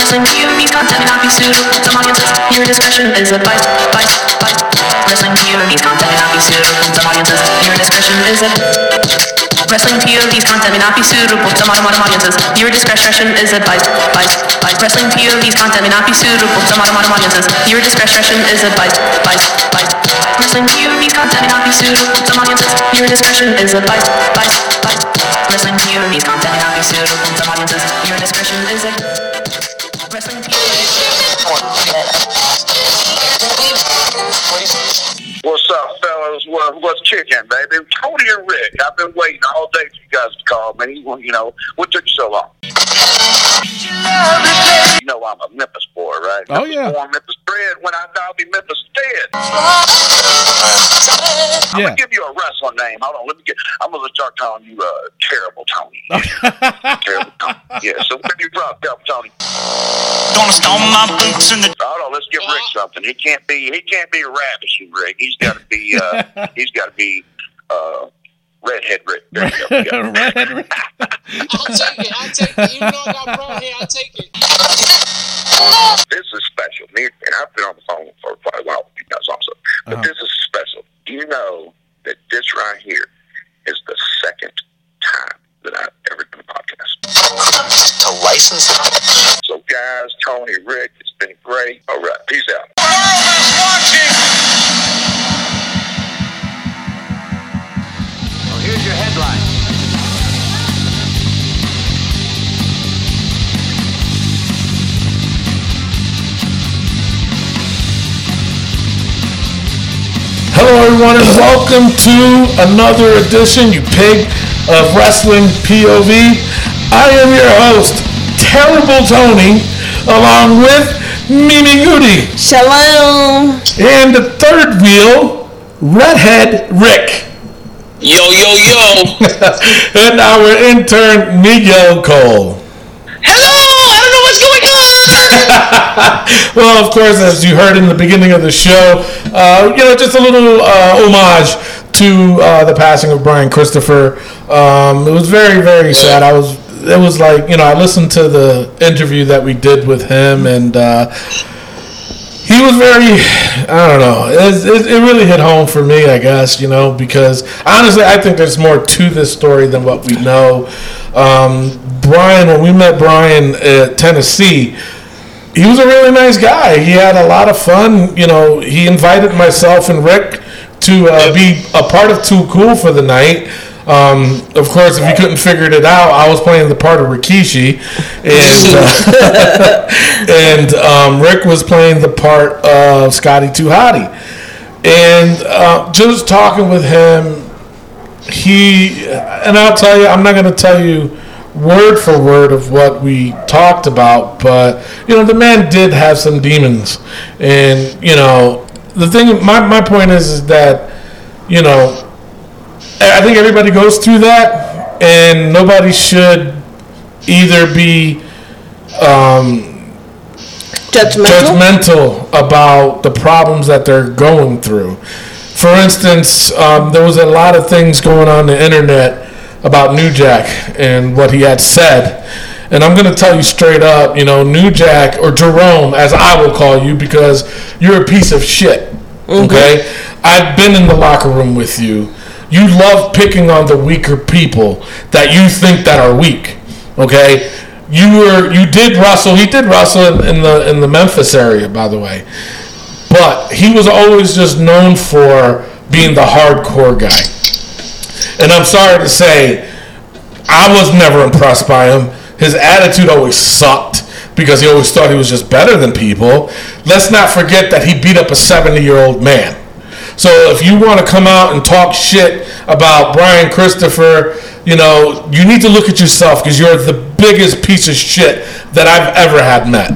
These content not be suitable to audiences. Your discretion is advised. advised, advised. Wrestling POV's content may not be suitable to audiences. Your discretion is advised. Wrestling POV's content may not be suitable to modern modern audiences. Your discretion is advised. advised, advised. Wrestling POV's content may not be suitable to modern modern audiences. Your discretion is advised. advised, advised. Wrestling POV's content may not be suitable to audiences. Your discretion is advised. advised, advised. Wrestling POV's content may not be suitable to audiences. Your discretion is advised. Wrestling What's up, fellas? What, what's kicking, baby? Tony and Rick. I've been waiting all day for you guys to call, man. You, you know, what took you so long? You know I'm a Memphis boy, right? Oh, Memphis yeah. Born Memphis bred. When I die, I'll be Memphis dead. I'm Yeah. gonna give you a wrestling name. Hold on, let me get. I'm gonna start calling you uh, Terrible Tony. terrible Tony. Yeah. So where you from, Terrible Tony? Gonna stomp my boots in the Hold on, let's give Rick something. He can't be he can't be ravishing Rick. He's got to be uh, he's got to be uh, redhead Rick. There you go. Yeah. Red, red. I'll take it. I'll take it. Even though I got brown hair, I'll take it. This is special. Me and I've been on the phone for quite a while with you guys also, but Uh-huh. this is special. Do you know that this right here is the second time that I've ever done a podcast? to license it. So, guys, Tony, Rick, it's been great. All right, peace out. Here's your headline. Hello, everyone, and welcome to another edition, you pig, of Wrestling POV. I am your host, Terrible Tony, along with Mimi Goody. Shalom. And the third wheel, Redhead Rick. Yo, yo, yo. and our intern, Miguel Cole. Hello! I don't know what's going on! well, of course, as you heard in the beginning of the show, uh, you know, just a little uh, homage to uh, the passing of Brian Christopher. Um, it was very, very sad. I was, it was like, you know, I listened to the interview that we did with him, and uh, he was very, I don't know, it, it, it really hit home for me, I guess, you know, because honestly, I think there's more to this story than what we know. Um, Brian, when we met Brian at Tennessee, he was a really nice guy. He had a lot of fun. You know, he invited myself and Rick to uh, be a part of Too Cool for the night. Um, of course, if you couldn't figure it out, I was playing the part of Rikishi, and uh, and um, Rick was playing the part of Scotty Too Hottie. And uh, just talking with him, he and I'll tell you, I'm not going to tell you word for word of what we talked about, but you know, the man did have some demons, and you know, the thing. My my point is, is that you know, I I think everybody goes through that, and nobody should either be Judgmental. judgmental about the problems that they're going through. For instance, um, there was a lot of things going on the internet about New Jack and what he had said. And I'm going to tell you straight up, you know, New Jack or Jerome, as I will call you, because you're a piece of shit. Okay? I've been in the locker room with you. You love picking on the weaker people that you think that are weak. Okay? You were you did wrestle. He did wrestle in, in the in the Memphis area, by the way. But he was always just known for being the hardcore guy. And I'm sorry to say, I was never impressed by him. His attitude always sucked because he always thought he was just better than people. Let's not forget that he beat up a 70 year old man. So if you want to come out and talk shit about Brian Christopher, you know, you need to look at yourself because you're the biggest piece of shit that I've ever had met.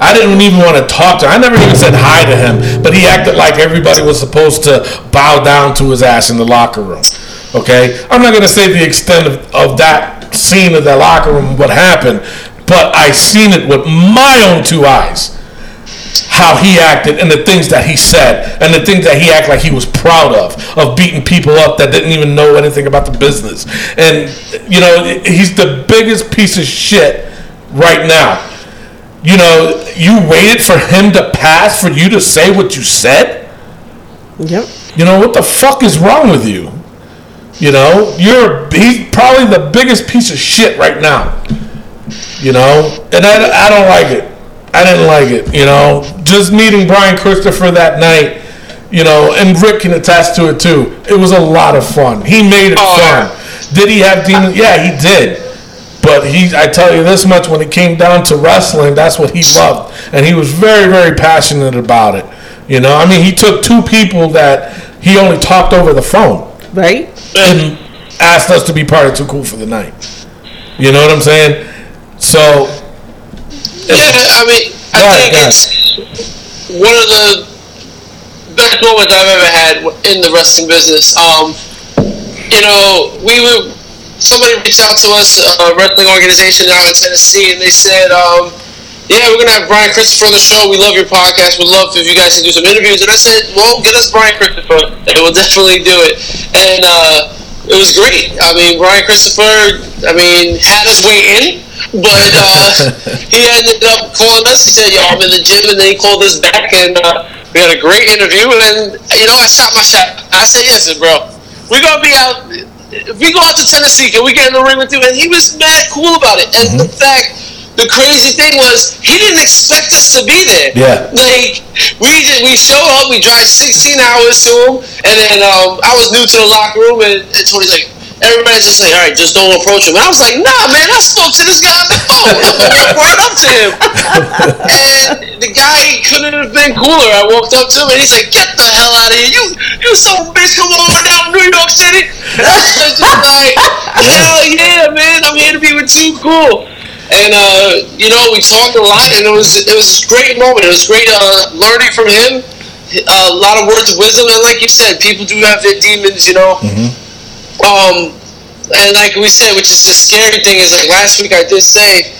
I didn't even want to talk to him. I never even said hi to him, but he acted like everybody was supposed to bow down to his ass in the locker room. Okay? I'm not going to say the extent of, of that scene of the locker room, what happened, but I seen it with my own two eyes how he acted and the things that he said and the things that he acted like he was proud of of beating people up that didn't even know anything about the business and you know he's the biggest piece of shit right now you know, you waited for him to pass for you to say what you said? Yep. You know what the fuck is wrong with you? You know, you're he's probably the biggest piece of shit right now. You know, and I, I don't like it. I didn't like it. You know, just meeting Brian Christopher that night. You know, and Rick can attest to it too. It was a lot of fun. He made it Oh, yeah. fun. Did he have demons? Yeah, he did. But he, I tell you this much: when it came down to wrestling, that's what he loved, and he was very, very passionate about it. You know, I mean, he took two people that he only talked over the phone Right? and asked us to be part of Too Cool for the Night. You know what I'm saying? So, Yeah, I mean, I Right, think yeah. it's one of the best moments I've ever had in the wrestling business. Um, you know, we were somebody reached out to us, a wrestling organization down in Tennessee, and they said, um, "Yeah, we're gonna have Brian Christopher on the show. We love your podcast. We'd love if you guys could do some interviews." And I said, "Well, get us Brian Christopher, and we'll definitely do it." And uh, it was great. I mean, Brian Christopher, I mean, had us waiting. But uh, he ended up calling us. He said, "Yo, I'm in the gym," and then he called us back, and uh, we had a great interview. And you know, I shot my shot. I said, "Yes, bro, we're gonna be out. If we go out to Tennessee, can we get in the ring with you?" And he was mad cool about it. And in fact, the crazy thing was, he didn't expect us to be there. Yeah. Like we did, we show up, we drive 16 hours to him, and then um, I was new to the locker room, and, and Tony's like. Everybody's just like, all right, just don't approach him. And I was like, nah, man, I spoke to this guy on the phone. I brought up to him and the guy couldn't have been cooler. I walked up to him and he's like, "Get the hell out of here! You, you some bitch! Come over down to New York City!" And I was just like, "Hell yeah, man! I'm here to be with you. Cool." And uh, you know, we talked a lot, and it was it was a great moment. It was great uh, learning from him. Uh, A lot of words of wisdom, and like you said, people do have their demons, you know. Um, and like we said, which is the scary thing is like last week I did say,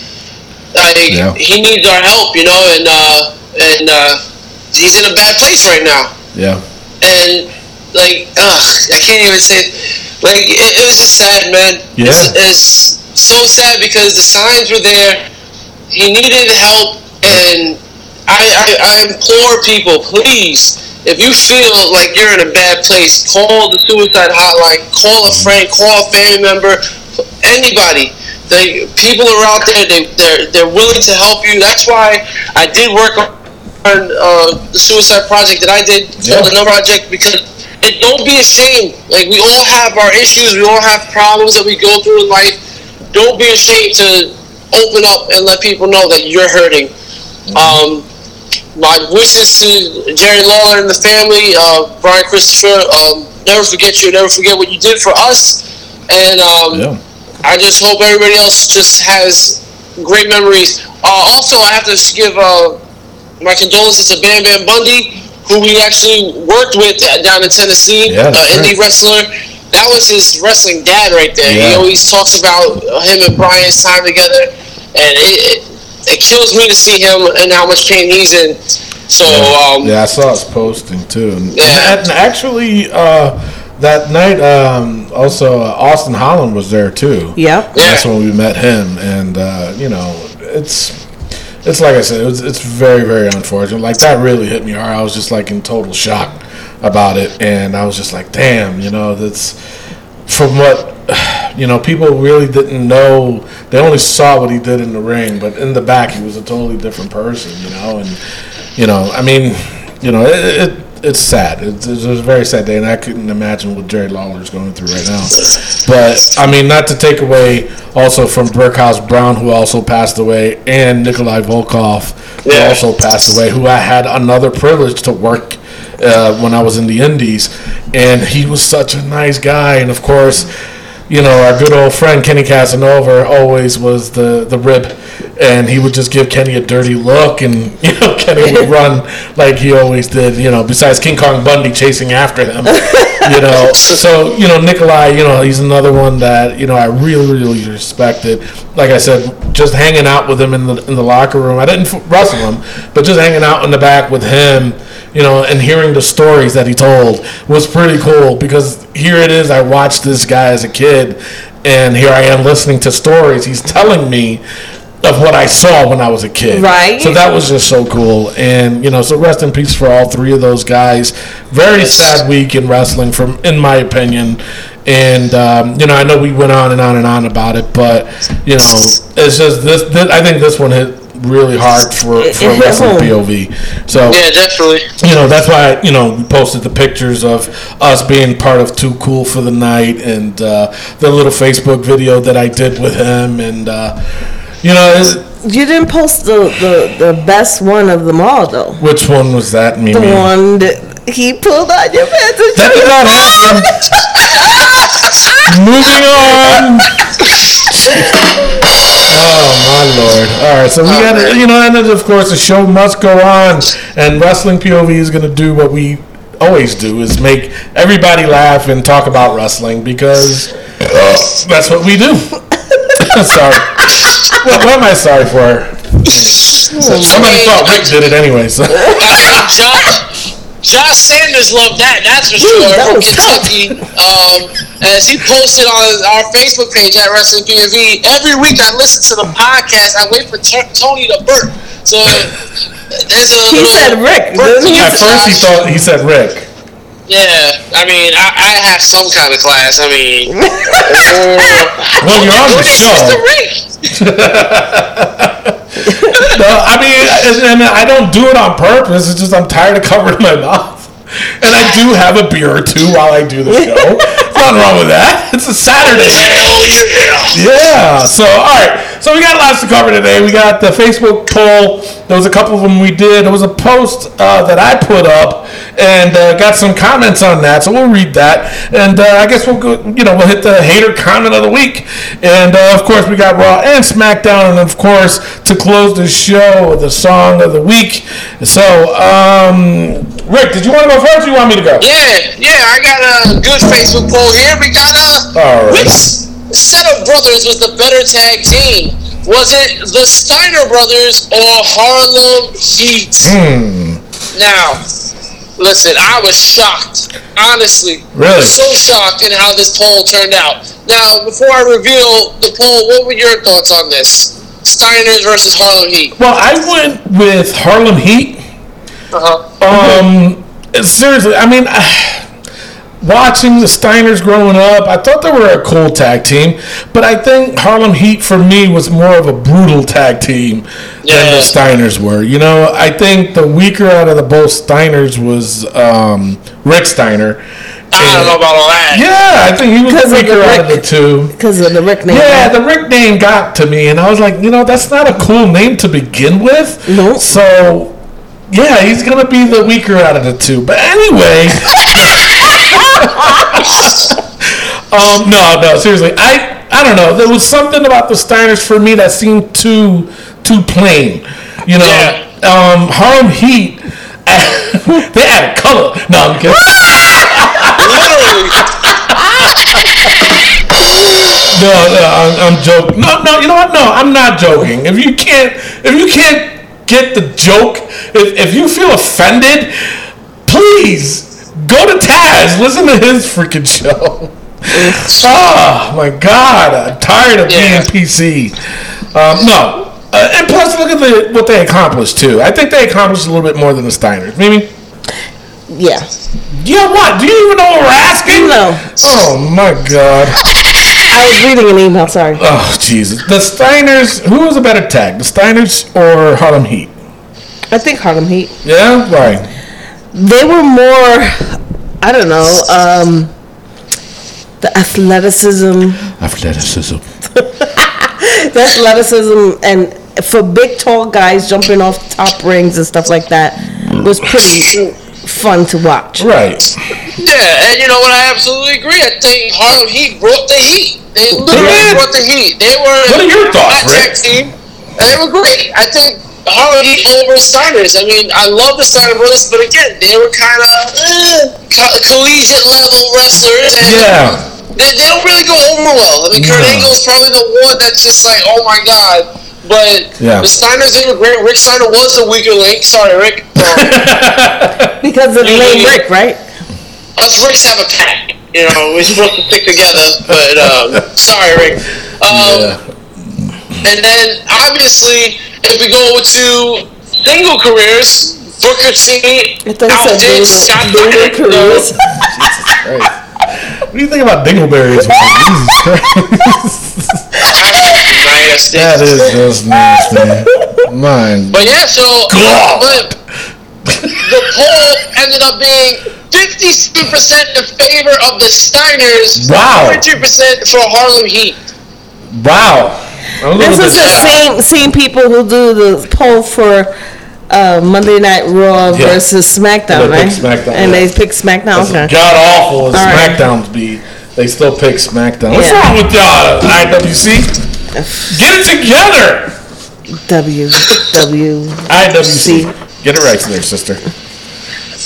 like Yeah. he needs our help, you know, and uh, and uh, he's in a bad place right now, yeah. and like ugh, I can't even say, like it, it was just sad, man. Yeah. It's, it's so sad because the signs were there. He needed help, and I, I, I implore people, please. If you feel like you're in a bad place, call the suicide hotline. Call a friend. Call a family member. Anybody. They, people are out there. They, they're they're willing to help you. That's why I did work on uh, the suicide project that I did Yeah. called the No Project because it don't be ashamed. Like we all have our issues. We all have problems that we go through in life. Don't be ashamed to open up and let people know that you're hurting. Um, my wishes to Jerry Lawler and the family, uh, Brian Christopher. Um, never forget you. Never forget what you did for us. And um, Yeah. I just hope everybody else just has great memories. Uh, also, I have to give uh, my condolences to Bam Bam Bundy, who we actually worked with down in Tennessee, Yeah, uh, that's indie wrestler. That was his wrestling dad right there. He Yeah. always talks about him and Brian's time together, and it, it, it kills me to see him and how much pain he's in. So, um, yeah, I saw us posting too. And, Yeah. and actually, uh, that night, um, also uh, Austin Holland was there too. Yep. Yeah. That's when we met him, and uh, you know, it's it's like I said, it was, it's very very unfortunate. Like that really hit me hard. I was just like in total shock about it, and I was just like, damn, you know, that's from what you know, people really didn't know. They only saw what he did in the ring, but in the back, he was a totally different person, you know. And you know, I mean, you know, it, it it's sad. It's, it's a very sad day, and I couldn't imagine what Jerry Lawler's going through right now. But I mean, not to take away also from Brickhouse Brown, who also passed away, and Nikolai Volkov, who Yeah. also passed away, who I had another privilege to work uh, when I was in the Indies, and he was such a nice guy, and of course you know, our good old friend Kenny Casanova always was the, the rib, and he would just give Kenny a dirty look, and you know, Kenny would run like he always did. You know, besides King Kong Bundy chasing after him, you know. So you know, Nikolai, you know, he's another one that you know I really really respected. Like I said, just hanging out with him in the in the locker room. I didn't f- wrestle him, but just hanging out in the back with him you know, and hearing the stories that he told was pretty cool because here it is. I watched this guy as a kid, and here I am listening to stories he's telling me of what I saw when I was a kid. Right. So that was just so cool. And, you know, so rest in peace for all three of those guys. Very Yes. sad week in wrestling, from in my opinion. And, um, you know, I know we went on and on and on about it, but, you know, it's just this, this I think this one hit really hard for, It- for it hit wrestling home. POV. So, Yeah, definitely. you know that's why you know we posted the pictures of us being part of Too Cool for the Night and uh, the little Facebook video that I did with him and uh, you know it's, You didn't post the, the, the best one of them all, though. which one was that Mimi? The one that he pulled on your pants and Mm. That did not happen. Moving on. Oh my lord! All right, so Oh, we got to, you know, and then, of course the show must go on, and wrestling POV is going to do what we always do: is make everybody laugh and talk about wrestling because that's what we do. sorry. What, what am I sorry for? Somebody thought Rick did it anyway. So. Josh, Josh Sanders loved that. That's for sure. that From was tough. Kentucky, um, as he posted on our Facebook page at Wrestling POV. Every week, I listen to the podcast. I wait for T- Tony to burp. So there's a He little said Rick, burp didn't he? At first he thought he said Rick. Yeah, I mean, I, I have some kind of class. I mean, Well, you're on the show. Mr. Rick. No, I mean, and, and I don't do it on purpose. It's just I'm tired of covering my mouth, and I do have a beer or two while I do the show. There's nothing wrong with that. It's a Saturday. Oh, Yeah. So all right. So we got lots to cover today. We got the Facebook poll. There was a couple of them we did. There was a post uh, that I put up and uh, got some comments on that. So we'll read that, and uh, I guess we'll go. You know, we'll hit the hater comment of the week, and uh, of course we got Raw and SmackDown, and of course to close the show, the song of the week. So, um, Rick, did you want to go first? or You want me to go? Yeah, yeah, I got a good Facebook poll here. We got a All right. which set of brothers was the better tag team? Was it the Steiner brothers or Harlem Heat? Hmm. Now, listen, I was shocked, honestly. Really? So shocked in how this poll turned out. Now, before I reveal the poll, what were your thoughts on this? Steiners versus Harlem Heat. Well, I went with Harlem Heat. Uh-huh. Um, seriously, I mean, watching the Steiners growing up, I thought they were a cool tag team, but I think Harlem Heat for me was more of a brutal tag team than the Yeah. Steiners were. You know, I think the weaker out of the both Steiners was um, Rick Steiner. I don't know about all that. Yeah, I think he was 'Cause the of the weaker out of the Rick- two. Because of the Rick name. Yeah, the Rick name got to me, and I was like, you know, that's not a cool name to begin with. Nope. So, yeah, he's gonna be the weaker out of the two. But anyway, um, no, no, seriously, I, I don't know. There was something about the Steiners for me that seemed too, too plain. You know, Yeah. um, Harlem Heat. they added color. No, I'm kidding. Literally. No, no, I'm, I'm joking. No, no, you know what? No, I'm not joking. If you can't, if you can't get the joke, if, if you feel offended, please go to Taz. Listen to his freaking show. oh my God, I'm tired of Yeah. being PC. Um, no, uh, and plus look at the, what they accomplished too. I think they accomplished a little bit more than the Steiners. Maybe. Yeah. Yeah, what? Do you even know what we're asking? No. Oh my God. I was reading an email, sorry. Oh Jesus! The Steiners. Who was a better tag, the Steiners or Harlem Heat? I think Harlem Heat. Yeah, right. They were more, I don't know, um, the athleticism. Athleticism. The athleticism and for big, tall guys jumping off top rings and stuff like that was pretty fun to watch. Right. Yeah, and you know what? I absolutely agree. I think Harlem Heat brought the heat. They Yeah. literally brought the heat. They were What are your thoughts, my Rick? tech team, and they were great. I think Harlem Heat over Steiners. I mean, I love the Steiner brothers, but again, they were kind of eh, co- collegiate level wrestlers. And Yeah. they, they don't really go over well. I mean, Kurt No. Angle's probably the one that's just like, oh my god. But Yeah. the Steiners, they were great. Rick Steiner was the weaker link. Sorry, Rick. Um, Because of the name Rick, right? us Ricks have a pack. You know, we're supposed to stick together, but um, sorry, Rick. Um, And then, obviously, if we go to single careers, Booker T I thought you said outdid Daniel- Scott Daniel Daniel Cruz. What do you think about Dingleberries? man? Jesus Christ. uh, that is uh, just nasty. Mine. But yeah, so but the poll ended up being 52% in favor of the Steiners, Wow. 42% for Harlem Heat. Wow. I'm a little This bit is the same same people who do the poll for uh, Monday Night Raw Yeah. versus SmackDown, And they right? pick SmackDown, and yeah. they pick SmackDown. Okay. god awful as All right. SmackDown's be. They still pick SmackDown. What's Yeah. wrong with y'all, IWC? Get it together, W W. IWC. Get it right, there, sister.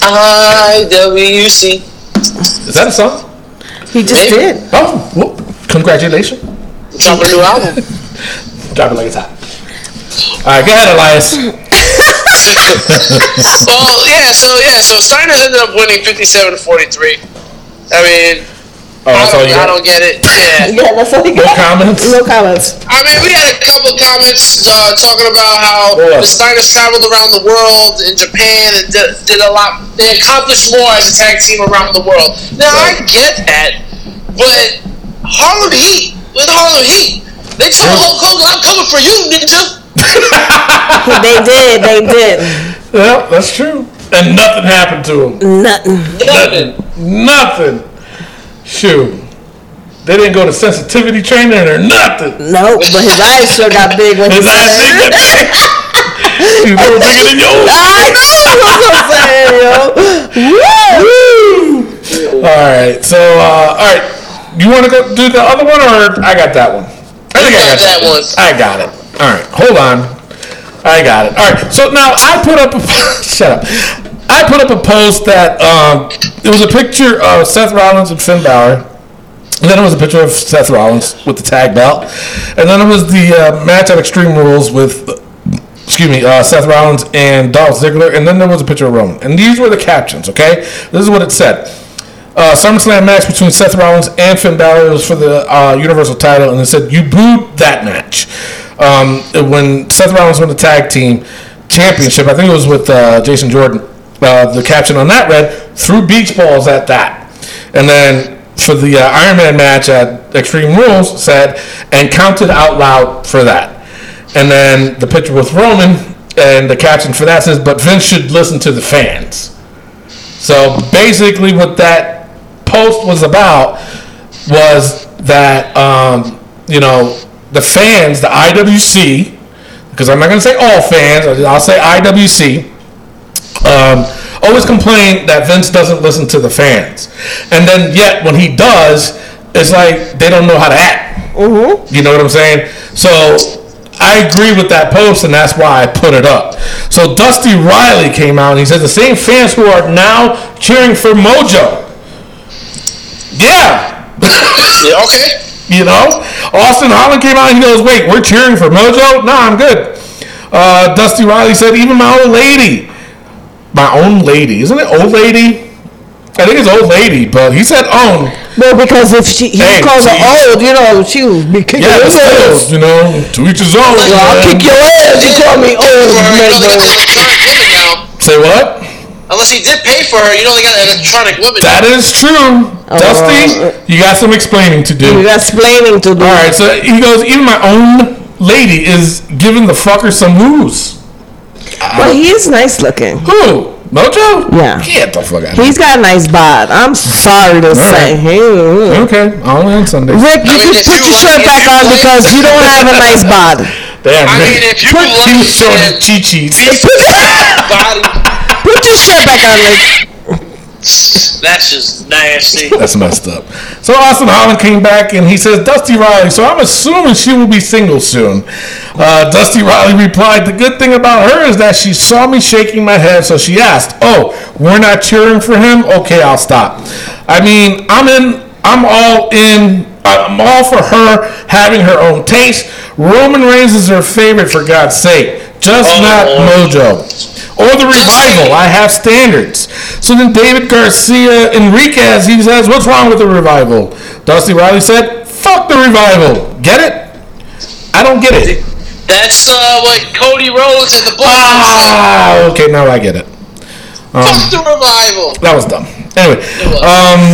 IWC. Is that a song? He just Maybe. did. Oh, whoop. congratulations. Drop a new album. Drop it like it's hot. All right, go ahead, Elias. Oh, well, yeah, so yeah, so Steiners ended up winning 57 43. I mean, Oh, I that's all don't, you I got. don't get it. Yeah. Yeah, that's all he No got. comments. No comments. I mean, we had a couple comments uh, talking about how Yeah. the Steiners traveled around the world in Japan and did, did a lot. They accomplished more as a tag team around the world. Now I get that, but Harlem Heat with Harlem Heat, they told Hulk Hogan, "I'm coming for you, ninja." They did. They did. Yeah, that's true. And nothing happened to him. Nothing. Nothing. Nothing. Shoot. They didn't go to sensitivity training or nothing. No, but his eyes sure got big when he His eyes said bigger it. than Shoot, they were bigger than yours. I know what I'm saying, yo. Woo! All right. So, uh, all right. You want to go do the other one, or I got that one? I think You I got that one. I got it. All right. Hold on. I got it. All right. So now I put up. A, shut up. I put up a post that um, it was a picture of Seth Rollins and Finn Balor. And then it was a picture of Seth Rollins with the tag belt, and then it was the uh, match at Extreme Rules with, excuse me, uh, Seth Rollins and Dolph Ziggler, and then there was a picture of Roman. And these were the captions. Okay, this is what it said: uh, SummerSlam match between Seth Rollins and Finn Balor was for the uh, Universal title, and it said you booed that match um, when Seth Rollins won the tag team championship. I think it was with uh, Jason Jordan. Uh, the caption on that read "Threw beach balls at that," and then for the uh, Iron Man match at Extreme Rules said and counted out loud for that. And then the picture with Roman and the caption for that says, "But Vince should listen to the fans." So basically, what that post was about was that um, you know the fans, the IWC, because I'm not going to say all fans, I'll say IWC, um, always complain that Vince doesn't listen to the fans, and then yet when he does, it's like they don't know how to act. You know what I'm saying? So I agree with that post, and that's why I put it up. So Dusty Riley came out and he said the same fans who are now cheering for Mojo. Yeah, Yeah, okay. you know, Austin Holland came out and he goes, "Wait, we're cheering for Mojo? Nah, I'm good." Uh, Dusty Riley said, "Even my old lady, my own lady, isn't it old lady? I think it's old lady, but he said "Um, own. No, because if she he Hey, calls geez. her old, you know, she would be kicking Yeah, but his still, ass. you know, to each his own. Yo, I'll man. kick your ass. You call oh, me For old, her, you know, they got man. the electronic women now. Say what? Unless he did pay for her, you know they got electronic women. now. That is true, Dusty. You got some explaining to do. Oh. You got explaining to do. All right, so he goes. Even my own lady is giving the fucker some who's. But he is nice looking. Who? Mojo? Yeah. Get the fuck out. of here. He's got a nice bod. I'm sorry to say. right. He- Okay, all in Sunday. Rick, you I mean, can if put you your shirt like- back if you on like- because you don't have a nice bod. Damn, I mean, Rick. if you Put- He was showing like that chi chis. body, Put your shirt back on, Rick. that's just nasty. That's messed up. So Austin Holland came back and he says, Dusty Riley, so I'm assuming she will be single soon. Uh, Dusty Riley replied, The good thing about her is that she saw me shaking my head, so she asked, Oh, we're not cheering for him? Okay, I'll stop. I mean, I'm in, I'm all in, I'm all for her having her own taste. Roman Reigns is her favorite, for God's sake. Just not Mojo. Or the revival. I have standards. So then David Garcia Enriquez, he says, What's wrong with the revival? Dusty Riley said, Fuck the revival. Get it? I don't get it. That's uh, what Cody Rhodes and the Black Ah, Um. okay, now I get it. Fuck the revival. That was dumb. Anyway, um,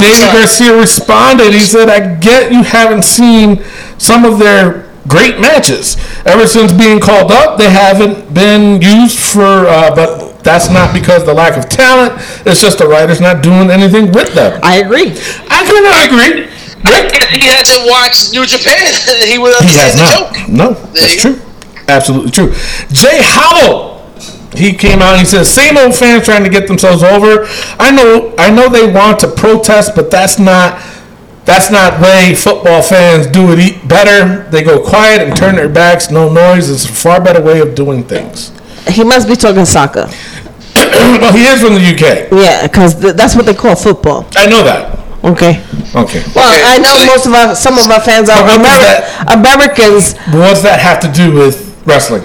David Garcia responded. He said, "I get you haven't seen some of their great matches. Ever since being called up, they haven't been used for. Uh, but that's not because the lack of talent. It's just the writers not doing anything with them. I agree. I cannot agree. Rick, If he hasn't watched New Japan, he would he understand the joke. has not. No, There that's you true. Absolutely true. Jay Hollow. He came out and he says, "Same old fans trying to get themselves over. I know, I know they want to protest, but that's not, that's not way football fans do it e- better. They go quiet and turn their backs, no noise. It's a far better way of doing things. He must be talking soccer. well, he is from the UK. Yeah, because th- that's what they call football. I know that. Okay. Okay. Well, Okay, I know so- most of our, some of our fans are But what does Ameri- Americans. But what's that have to do with wrestling?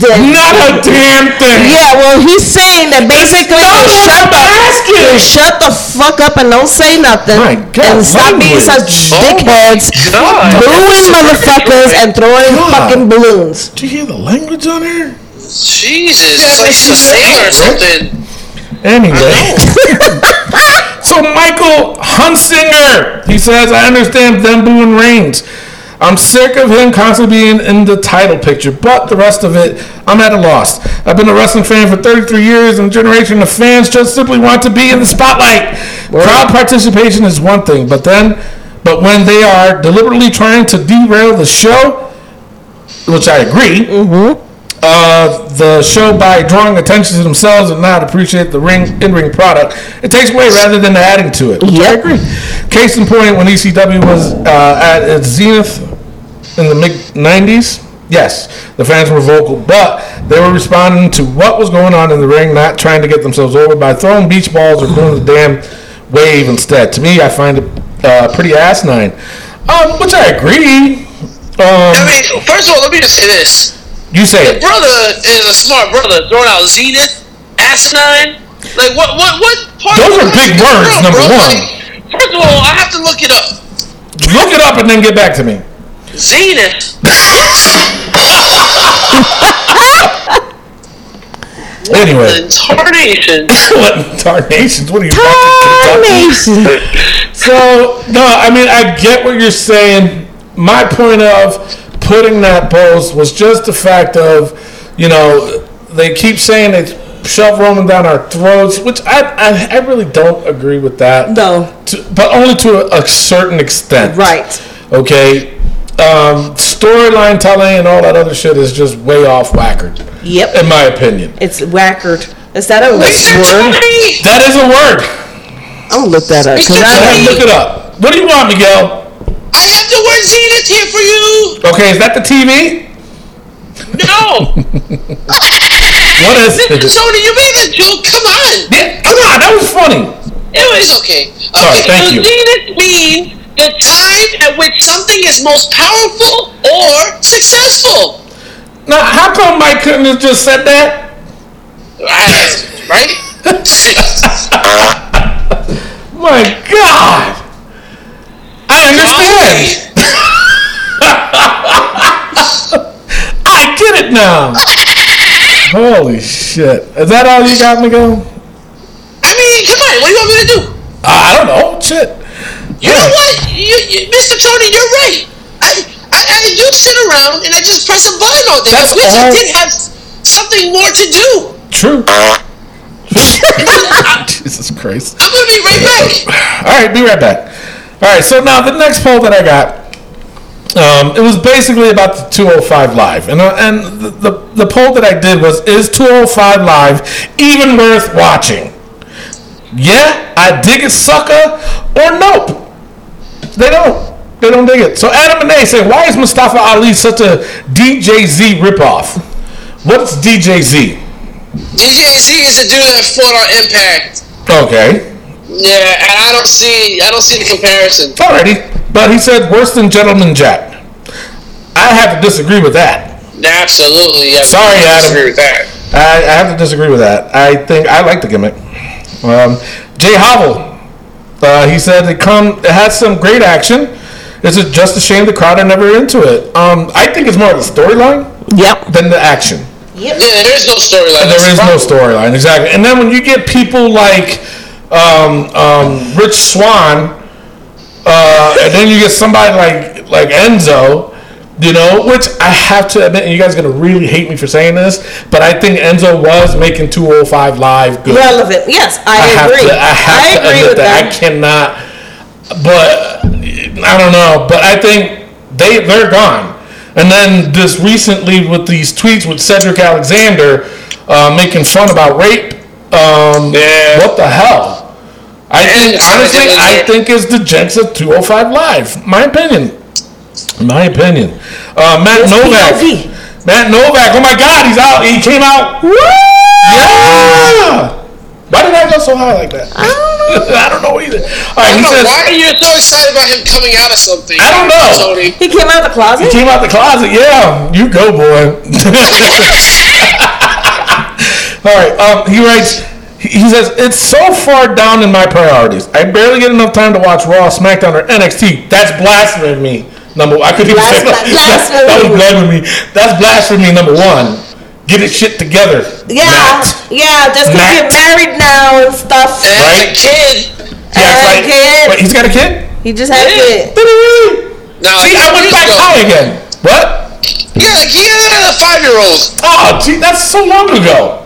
that- Not a damn thing. Yeah, well, he's saying that basically No, they that's shut what the I'm asking. they shut the fuck up and don't say nothing My God, and stop being language. such Oh my dickheads, God. booing motherfuckers and throwing God. fucking balloons. Do you hear the language on her? Jesus, Yeah, it's like it's the just sailor or saying, something. Anyway. so Michael Hunsinger, he says, I understand them booing Reigns. I'm sick of him constantly being in the title picture, but the rest of it, I'm at a loss. I've been a wrestling fan for 33 years, and a generation of fans just simply want to be in the spotlight. Crowd participation is one thing, but then, but when they are deliberately trying to derail the show, which I agree, uh, the show by drawing attention to themselves and not appreciate the ring in ring product. It takes away rather than adding to it. Yeah, Case in point, when ECW was uh, at its zenith in the mid '90s, yes, the fans were vocal, but they were responding to what was going on in the ring, not trying to get themselves over by throwing beach balls or doing the damn wave instead. To me, I find it uh, pretty asinine, um, which I agree. I Um, mean, first of all, let me just say this. you say it. brother is a smart brother throwing out Zenith, asinine. Like what? What? What? Part Those the are country big is words, from, number bro? one. Like, first of all, I have to look it up. Look it up and then get back to me. Zenith. The Anyway. tarnation. what tarnations? What are you? Tarnation. So no, I mean I get what you're saying. My point of putting that post was just the fact of, you know, they keep saying they shove Roman down our throats, which I I, I really don't agree with that. No. To- but only to a, a certain extent. Right. Okay. Um, Storyline telling and all that other shit is just way off whackered, Yep. in my opinion. It's wackered. Is that a word? Tarnation. That is a word. I'm gonna look that up. 'cause It's Go I- ahead and look it up. What do you want, Miguel? I have the word Zenith here for you. Okay, is that the TV? No, What is it? Sony, you made that joke. Come on. Yeah, come on, that was funny. It was okay. Okay, Sorry, thank does you. Zenith mean the time at which something is most powerful or successful? Now, how come Mike couldn't have just said that? Right? right? My God, I understand. I get it now. Holy shit! Is that all you got, Miguel? Uh, I mean, come on, what do you want me to do? I don't know. Shit. You know what? You, you, Mr. Tony, you're right. I, I, I do sit around and I just press a button all day. That's I wish I all- did have something more to do. True. Jesus Christ. I'm gonna be right back. All right, be right back. All right, so now the next poll that I got, um, it was basically about the 205 live, and uh, and the, the the poll that I did was is 205 live even worth watching? Yeah, I dig it, sucker, or nope. They don't. They don't dig it. So Adam and A say, why is Mustafa Ali such a DJZ ripoff? What's DJZ? DJZ is a dude that fought on Impact. Okay. Yeah, and I don't see, I don't see the comparison. Alrighty. But he said worse than Gentleman Jack. I have to disagree with that. Absolutely. I Sorry, completely Adam. Disagree with that. I, I have to disagree with that. I think I like the gimmick. Um, Jay Hobble, uh, he said it come it had some great action. It's a, just a shame the crowd are never into it. Um, I think it's more of the storyline Yep. than the action. Yeah, there is no storyline. There That's is the no problem. storyline, exactly. And then when you get people like um, um, Rich Swan, uh, and then you get somebody like like Enzo, you know, which I have to admit, and you guys are gonna really hate me for saying this, but I think Enzo was making 205 live good. Relevant. Yes, I, I have agree. to, I have to agree admit with that. I that. cannot. But I don't know. But I think they they're gone. And then this recently with these tweets with Cedric Alexander uh, making fun about rape. Um, Yeah. What the hell? I think Yeah, honestly, yeah, I yeah. think it's the Jenks of 205 Live. My opinion. My opinion. Uh, Matt It's Novak. POV. Matt Novak. Oh my God, he's out. He came out. Woo! Yeah. Why did I go so high like that? I don't know either. All right, I he don't know, says, why are you so excited about him coming out of something? I don't know. Tony. He came out of the closet. came out the closet. Yeah, you go, boy. All right. Um, he writes. He he says it's so far down in my priorities. I barely get enough time to watch Raw, SmackDown, or NXT. That's blasphemy. Number one. I couldn't even say that. Blasphe- That's- That was blasphemy. That's blasphemy. Number one. Get it shit together. Yeah, Matt. yeah. Just because Matt. you're married now and stuff. And as Right? a kid, Yeah, Uh, right. kid. Wait, he's got a kid. He just had Yeah. it. Did he really? now See, I went back high again. What? Yeah, like, yeah, five-year-olds. Oh, gee, that's so long ago.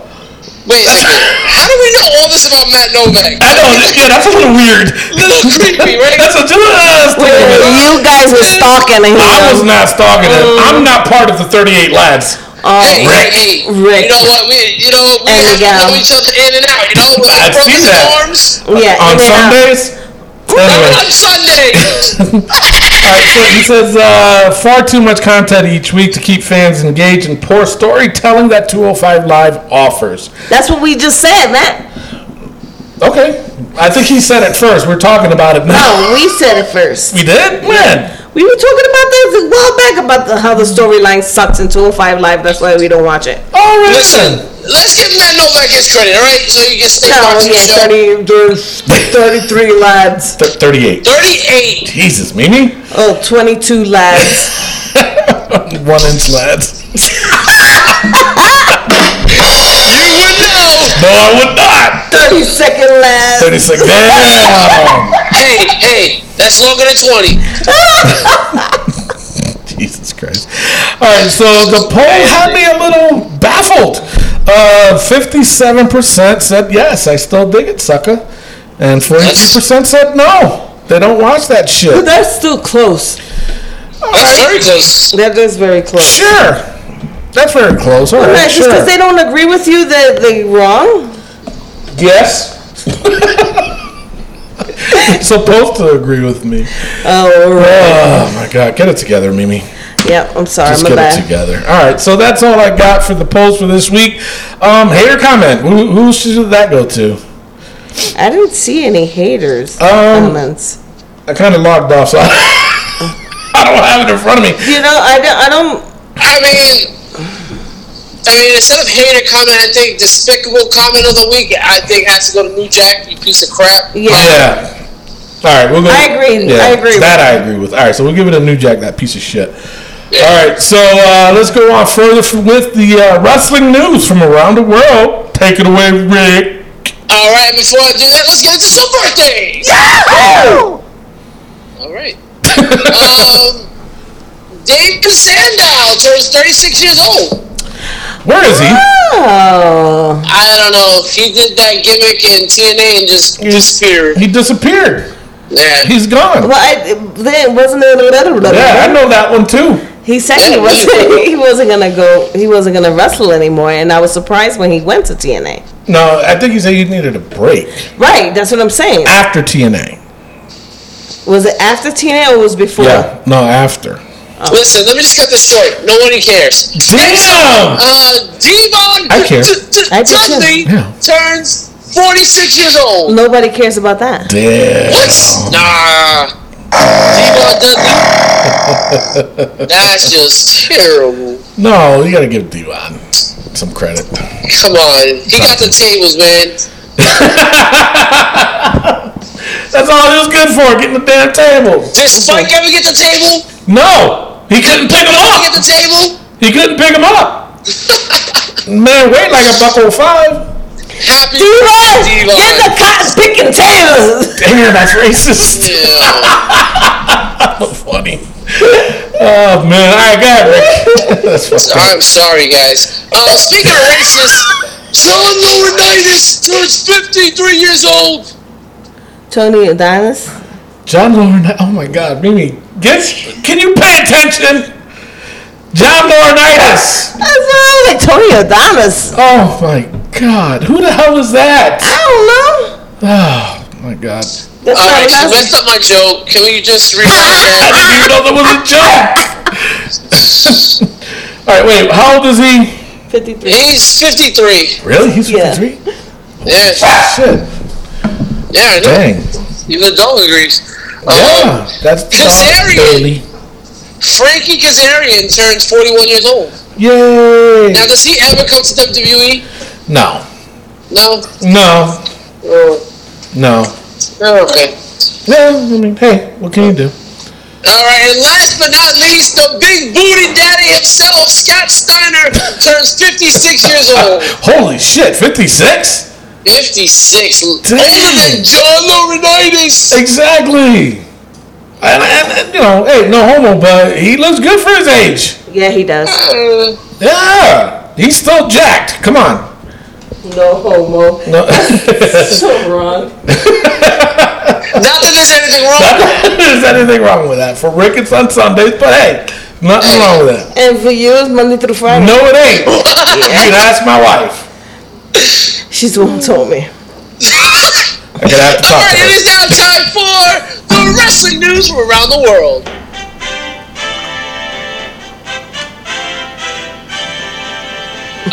Wait, like, how do we know all this about Matt Novak? I know. Yeah, that's a little weird. Little creepy, right? That's a that's Wait, Mm. a- you guys were stalking him. I was not stalking him. I'm not part of the 38 lads. Oh, hey, hey, Rick. hey, Rick. you know what? We, you know, we There you have to go. know each other in and out. You know, with I've the broken seen that. arms. yeah, On you went out. Sundays? Even Anyway, on Sundays. alright, so he says, uh, far too much content each week to keep fans engaged and poor storytelling that 205 Live offers. That's what we just said, Matt. Okay. I think he said it first. We're talking about it now. No, we said it first. We did? When? We were talking about this a while back about the, how the storyline sucks in 205 Live. That's why we don't watch it. All right. Listen, let's give Matt Novak his credit, all right? So you can stay No, watching the yeah, show. 30, there's 33 lads. Th- 38. 38. Jesus, Mimi. Oh, 22 lads. One inch lads. You would know. No, I would not. 30 second lads. 36. Damn. Hey, hey, that's longer than 20. Jesus Christ. All right, so the poll had me a little baffled. Uh, 57% said yes, I still dig it, sucker. And 42% said no. They don't watch that shit. They're still close. That's very close. That is very close. Sure. That's very close. All right, Right, just because sure. they don't agree with you, they're, they're wrong. Yes. Supposed to agree with me. Oh, all right. Oh my god, get it together, Mimi. Yeah, I'm sorry. Let's my get bad. it together. All right, so that's all I got for the polls for this week. Um, hater comment. Who, who should that go to? I didn't see any haters Um, comments. I kind of logged off, so I, I don't have it in front of me. You know, I don't. I don't I mean, I mean, instead of hater comment, I think despicable comment of the week, I think has to go to New Jack, you piece of crap. Uh, Yeah. Yeah. All right, we'll go. I agree. I agree. That I agree with. All right, so we'll give it a new jack. That piece of shit. All right, so uh, let's go on further f- with the uh, wrestling news from around the world. Take it away, Rick. All right, before I do that, let's get into some birthdays. Oh. All right. um, David Sandow turns 36 years old. Where is he? know. I don't know. He did that gimmick in TNA and just disappeared. He disappeared. Yeah. He's gone. Well, I, then wasn't it a little bit? Yeah, I know that one too. He said he Yeah, wasn't. He wasn't gonna go. He wasn't gonna wrestle anymore, and I was surprised when he went to TNA. No, I think he said he needed a break Right, that's what I'm saying. after TNA. Was it after TNA or was it before? Yeah, no, after. Listen, let me just cut this short. Nobody cares. Damn. Uh, Devon I care. I do too. Dudley Yeah. turns 46 years old. Nobody cares about that. Damn. What? Nah. Devon Dudley. That's just terrible. No, you gotta give D-Ron some credit. Come on. He got the tables, man. That's all he was good for, getting the damn tables. Did Spike ever get the table? No, he couldn't pick him Did he up. get the table? He couldn't pick him up. Man, weight like a buck oh five. Happy Devon, Devon. get the cops picking tails. Damn, that's racist. Yeah. Funny. Oh man, all right, got Rick. That's fucked up. I'm sorry, guys. Uh, speaking of racist, John Laurinaitis turns 53 years old. Tony Adonis. John Laurinaitis. Oh my God, Mimi, get. Can you pay attention? John Laurinaitis. That's why I was like Tony Adonis. Oh my God, who the hell is that? I don't know. Oh my God. That's All right, you not Uh, messed enough. up my joke. Can we just repeat I that? didn't even know that was a joke. All right, wait. How old is he? 53. He's 53. Really? He's Yeah. 53? Yeah, Shit. yeah, I know. Dang. Even the dog agrees. Um, Yeah. That's Kazarian. Bailey. Frankie Kazarian turns 41 years old. Yay. Now, does he ever come to WWE? No. No. No. Oh, No. oh, okay. No. I mean, hey, what can you do? All right, and last but not least, the big booty daddy himself, Scott Steiner, turns 56 years old. Holy shit, 56? 56, Damn. older than John Laurinaitis. Exactly. And, and, and, you know, hey, no homo, but he looks good for his age. Yeah, he does. Uh, Yeah. He's still jacked. Come on. No homo. No. So wrong. not that there's anything wrong. Is anything wrong with that? For Rick, it's on Sundays, but hey, nothing wrong with that. And for you, it's Monday through Friday. No, it ain't. You can ask my wife. She's the one who told me. I'm gonna have to All talk right, to it her. is now time for the wrestling news from around the world.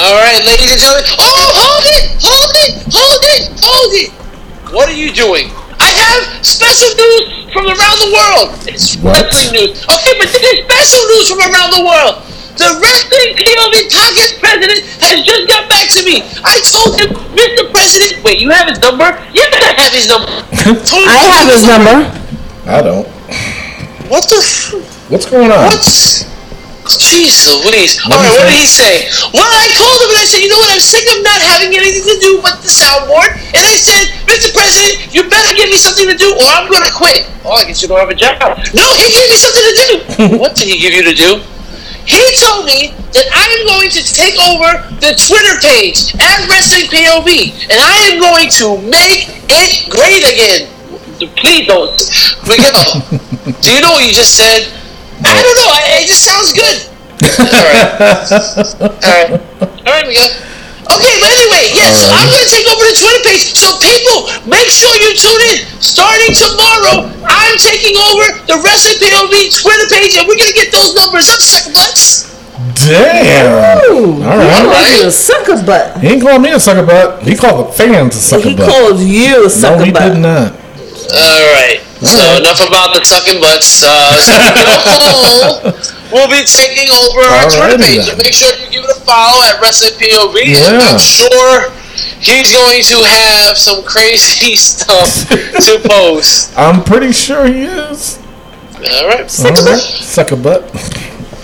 All right, ladies and gentlemen. Oh, hold it! Hold it! Hold it! Hold it! What are you doing? I have special news from around the world. It's What? wrestling news. Okay, but this is special news from around the world. The wrestling POV podcast president has just got back to me. I told him, Mr. President, wait, you have his number? You better have his number. I have his number. I don't. What the? F- What's going on? what? Jeez Louise. What All did right, what he did he say? say? Well, I called him and I said, you know what, I'm sick of not having anything to do but the soundboard. And I said, Mr. President, you better give me something to do or I'm going to quit. Oh, I guess you don't have a job. No, he gave me something to do. what did he give you to do? He told me that I am going to take over the Twitter page at Wrestling POV, and I am going to make it great again. Please don't. Miguel, do you know what you just said? I don't know. I, it just sounds good. All right. All right. All right, Miguel. Okay, but anyway, yes, so I'm going to take over the Twitter page. So, people, make sure you tune in. Starting tomorrow, I'm taking over the Wrestling POV Twitter page, and we're going to get those numbers up, sucker butts. Damn. Ooh, All right. Hmm. He called you a sucker butt. He ain't called me a sucker butt. He called the fans a sucker He butt. called you a no, sucker he butt. did not. All right. So enough about the sucking butts. Uh, so we will be taking over our Twitter Alrighty page. then. Make sure you give it a follow at Wrestling POV. and Yeah. I'm sure he's going to have some crazy stuff to post. I'm pretty sure he is. All right. All right. Sucker butt.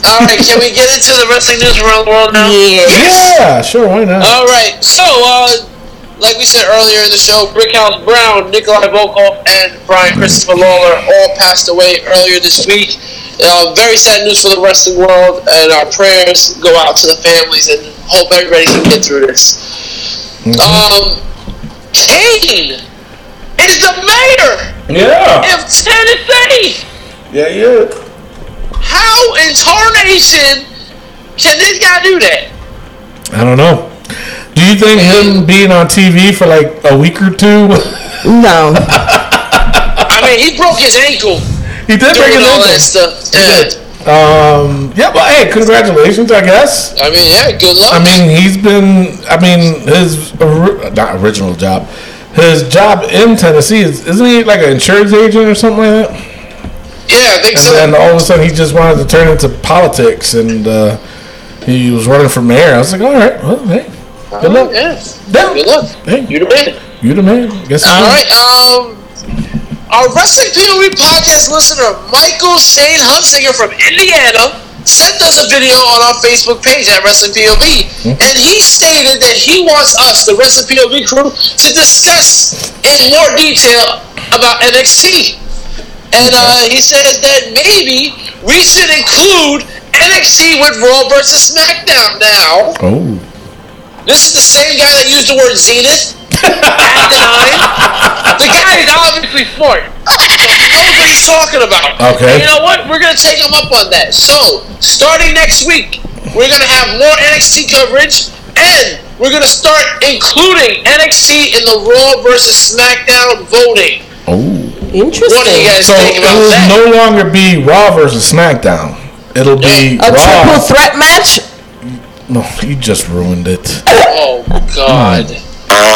All right. Can we get into the wrestling news from around the world now? Yeah. Yeah, sure, why not? All right. So, uh, like we said earlier in the show, Brickhouse Brown, Nikolai Volkov, and Brian Christopher Lawler all passed away earlier this week. Uh, very sad news for the wrestling world, and our prayers go out to the families and hope everybody can get through this. Mm-hmm. Um, Kane is the mayor Yeah. of Tennessee. Yeah, yeah. How in tarnation can this guy do that? I don't know. Do you think him being on TV for like a week or two? No. I mean, he broke his ankle he did break doing his all ankle. that stuff. Yeah. Um, yeah, but hey, congratulations, I guess. I mean, yeah, good luck. I mean, he's been. I mean, his ori- not original job, his job in Tennessee is isn't he like an insurance agent or something like that? yeah, I think And so. then all of a sudden, he just wanted to turn into politics, and uh, he was running for mayor. I was like, all right, well, hey, good luck. Oh, yeah, Damn. good luck. Hey, You the man. you the man. Guess All you- right. Um, Our Wrestling POV podcast listener, Michael Shane Hunsinger from Indiana, sent us a video on our Facebook page at Wrestling POV, and he stated that he wants us, the Wrestling POV crew, to discuss in more detail about NXT. And uh, he said that maybe we should include NXT with Raw versus SmackDown now. Oh. This is the same guy that used the word zenith at the time. The guy is obviously smart. So he knows what he's talking about. Okay. And you know what? We're going to take him up on that. So, starting next week, we're going to have more NXT coverage and we're going to start including NXT in the Raw versus SmackDown voting. Oh. What do you Interesting. guys So think it about will that? no longer be Raw versus SmackDown. It'll be A triple Raw. threat match? no, you just ruined it. Oh, God.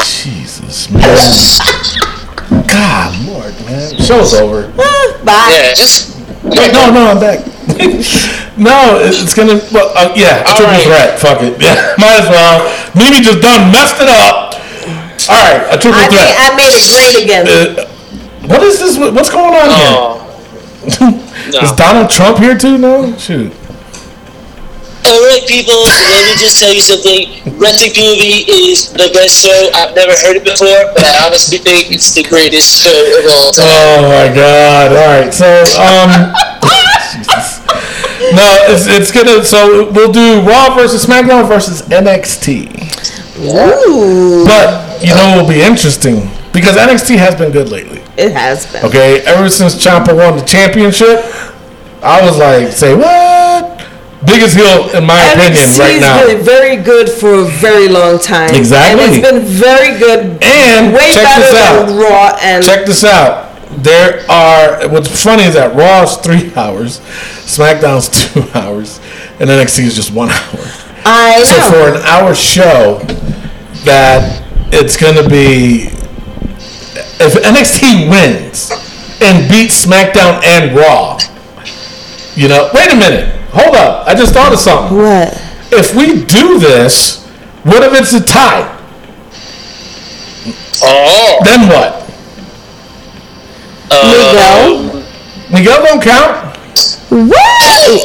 Jesus, man. God, Lord, man. Show's over. Bye. Yeah, just. Wait, no, no, I'm back. no, it's gonna. Well, uh, yeah, All triple right. threat. Fuck it. Yeah, might as well. Mimi just done messed it up. All right, a triple I threat. made, I made it great again. Uh, what is this? What's going on Oh. here? Is Donald Trump here too now? Shoot. All right, people. Let me just tell you something. Wrestling POV is the best show. I've never heard it before, but I honestly think it's the greatest show of all time. Oh my God! All right, so um, Jesus. no, it's it's gonna. So we'll do Raw versus SmackDown versus NXT. Ooh, But you know, it will be interesting because NXT has been good lately. it has been. Okay, ever since Ciampa won the championship, I was like, say what? Biggest heel in my opinion NXT's right now. been very good for a very long time. Exactly. And it's been very good. And way check better this out. than Raw and Check this out. There are what's funny is that Raw's three hours, SmackDown's two hours, and NXT is just one hour. I know. So for an hour show, that it's going to be if NXT wins and beats SmackDown and Raw. You know, wait a minute, hold up. I just thought of something. what? If we do this, what if it's a tie? Oh. Then what? Miguel? Miguel don't count. Wait!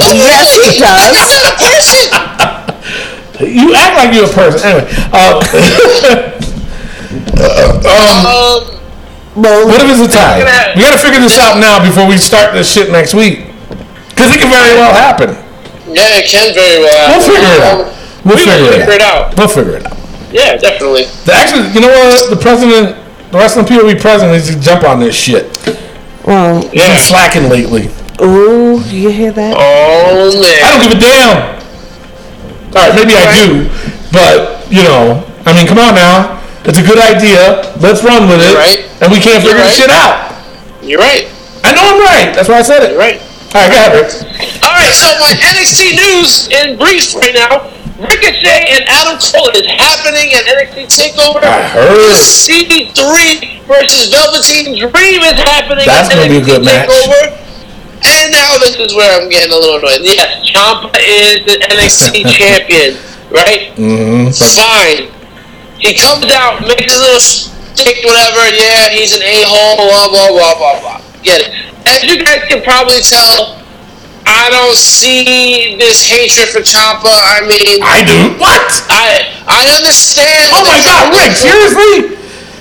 Yes, he does. Not a person! You act like you're a person. Anyway, uh, Um. what if it's a tie? We got to figure this out now before we start this shit next week, because it can very well happen. Yeah, it can very well. We'll figure it out. We'll We figure, will it, figure it out. out. We'll figure it out. Yeah, definitely. The, actually, you know what? The president, the wrestling POV president, needs to jump on this shit. Well, He's been slacking lately. ooh, you hear that? Oh I man. don't give a damn. All right, maybe I do, but you know, I mean, come on now. It's a good idea. Let's run with it. You're right. And we can't You're figure this right. shit out. You're right. I know I'm right. That's why I said it. You're right. All right, go ahead, Rick. All right. So my NXT news in brief right now: Ricochet and Adam Cole is happening at NXT Takeover. I heard. C3 versus Velveteen Dream is happening. That's at gonna be a NXT good match. Takeover. And now this is where I'm getting a little annoyed. Yes, Ciampa is the NXT champion, right? Mm-hmm. fine. He comes out, makes a little stick, whatever. Yeah, he's an a-hole, blah, blah, blah, blah, blah. Get it. As you guys can probably tell, I don't see this hatred for Ciampa. I mean, I do. What? I I understand. Oh my God, Rick! Seriously?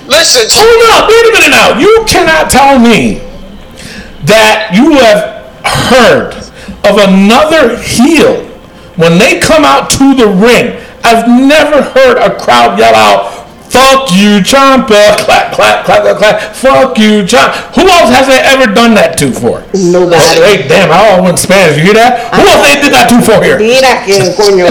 Listen, Ciampa, Hold up, wait a minute now. You cannot tell me that you have heard of another heel when they come out to the ring. I've never heard a crowd yell out, fuck you, Champa. Clap, clap, clap, clap, clap. Fuck you, Champa. Who else has they ever done that to for? Oh, Nobody. wait, damn, I all went Spanish. You hear that? Who else they did that to for here? Mira que coño.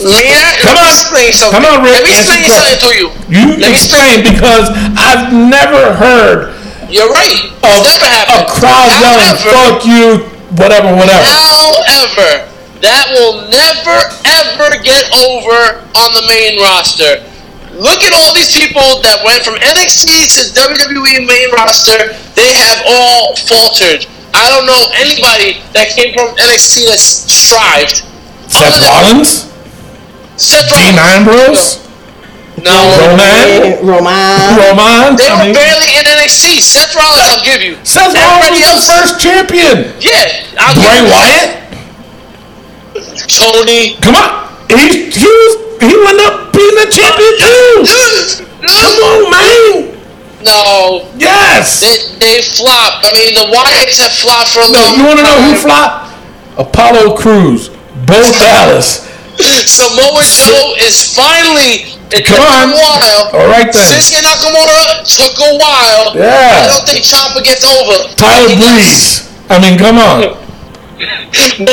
Mira, let me Come on. explain something. Come on, Rick, Let me answer explain the something to question. you. You Let me explain because I've never heard You're right. a, It's never Oh, a happened. crowd yelling However- "fuck you," whatever, whatever. However, that will never ever get over on the main roster. Look at all these people that went from NXT to WWE main roster. They have all faltered. I don't know anybody that came from NXT that strived. Seth Rollins, Seth Dean Ambrose, No. Roman, Roman. Roman. They I were mean, barely in NXT. NXT. Seth Rollins, I'll give you. Seth Rollins Everybody was the first champion. Yeah, I'll Bray give you. Wyatt, Tony. come on. He he was he went up being the champion too. Come on, man. No, Yes. they, they flopped. I mean, the Wyatts have flopped for a No, long you want to know who time. flopped? Apollo Cruz, Bo Dallas. Samoa Joe is finally. It Come took on. a while. All right then. Shinsuke Nakamura took a while. Yeah. I don't think Ciampa gets over. Tyler Breeze. I mean, come on. Mojo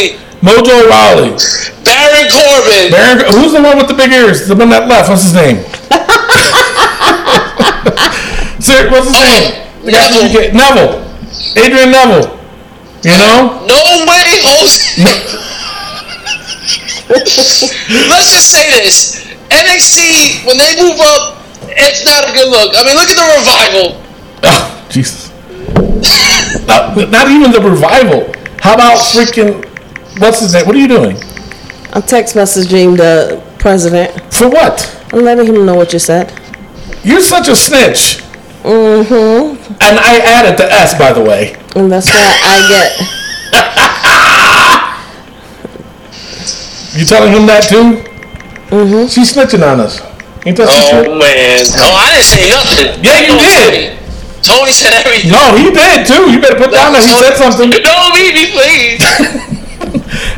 Seriously. Rawley. Mojo Rawley. Baron Corbin. Baron, who's the one with the big ears? The one that left. What's his name? Sir, what's his Oh, name? The guy from Neville. UK. Neville. Adrian Neville. You know? No way, Jose. Let's just say this: NXT when they move up, it's not a good look. I mean, look at the revival. Oh, Jesus. not, not even the revival. How about freaking. What's his name? What are you doing? I'm text messaging the president. For what? I'm letting him know what you said. You're such a snitch. Mm-hmm. And I added the S, by the way. And that's why I get. You telling him that too? Mm-hmm. She's snitching on us. Ain't that some shit? man! Oh, I didn't say nothing. Yeah, you Tony did. said it. Tony said everything. No, he did too. You better put down that he said something. No, me, me, please.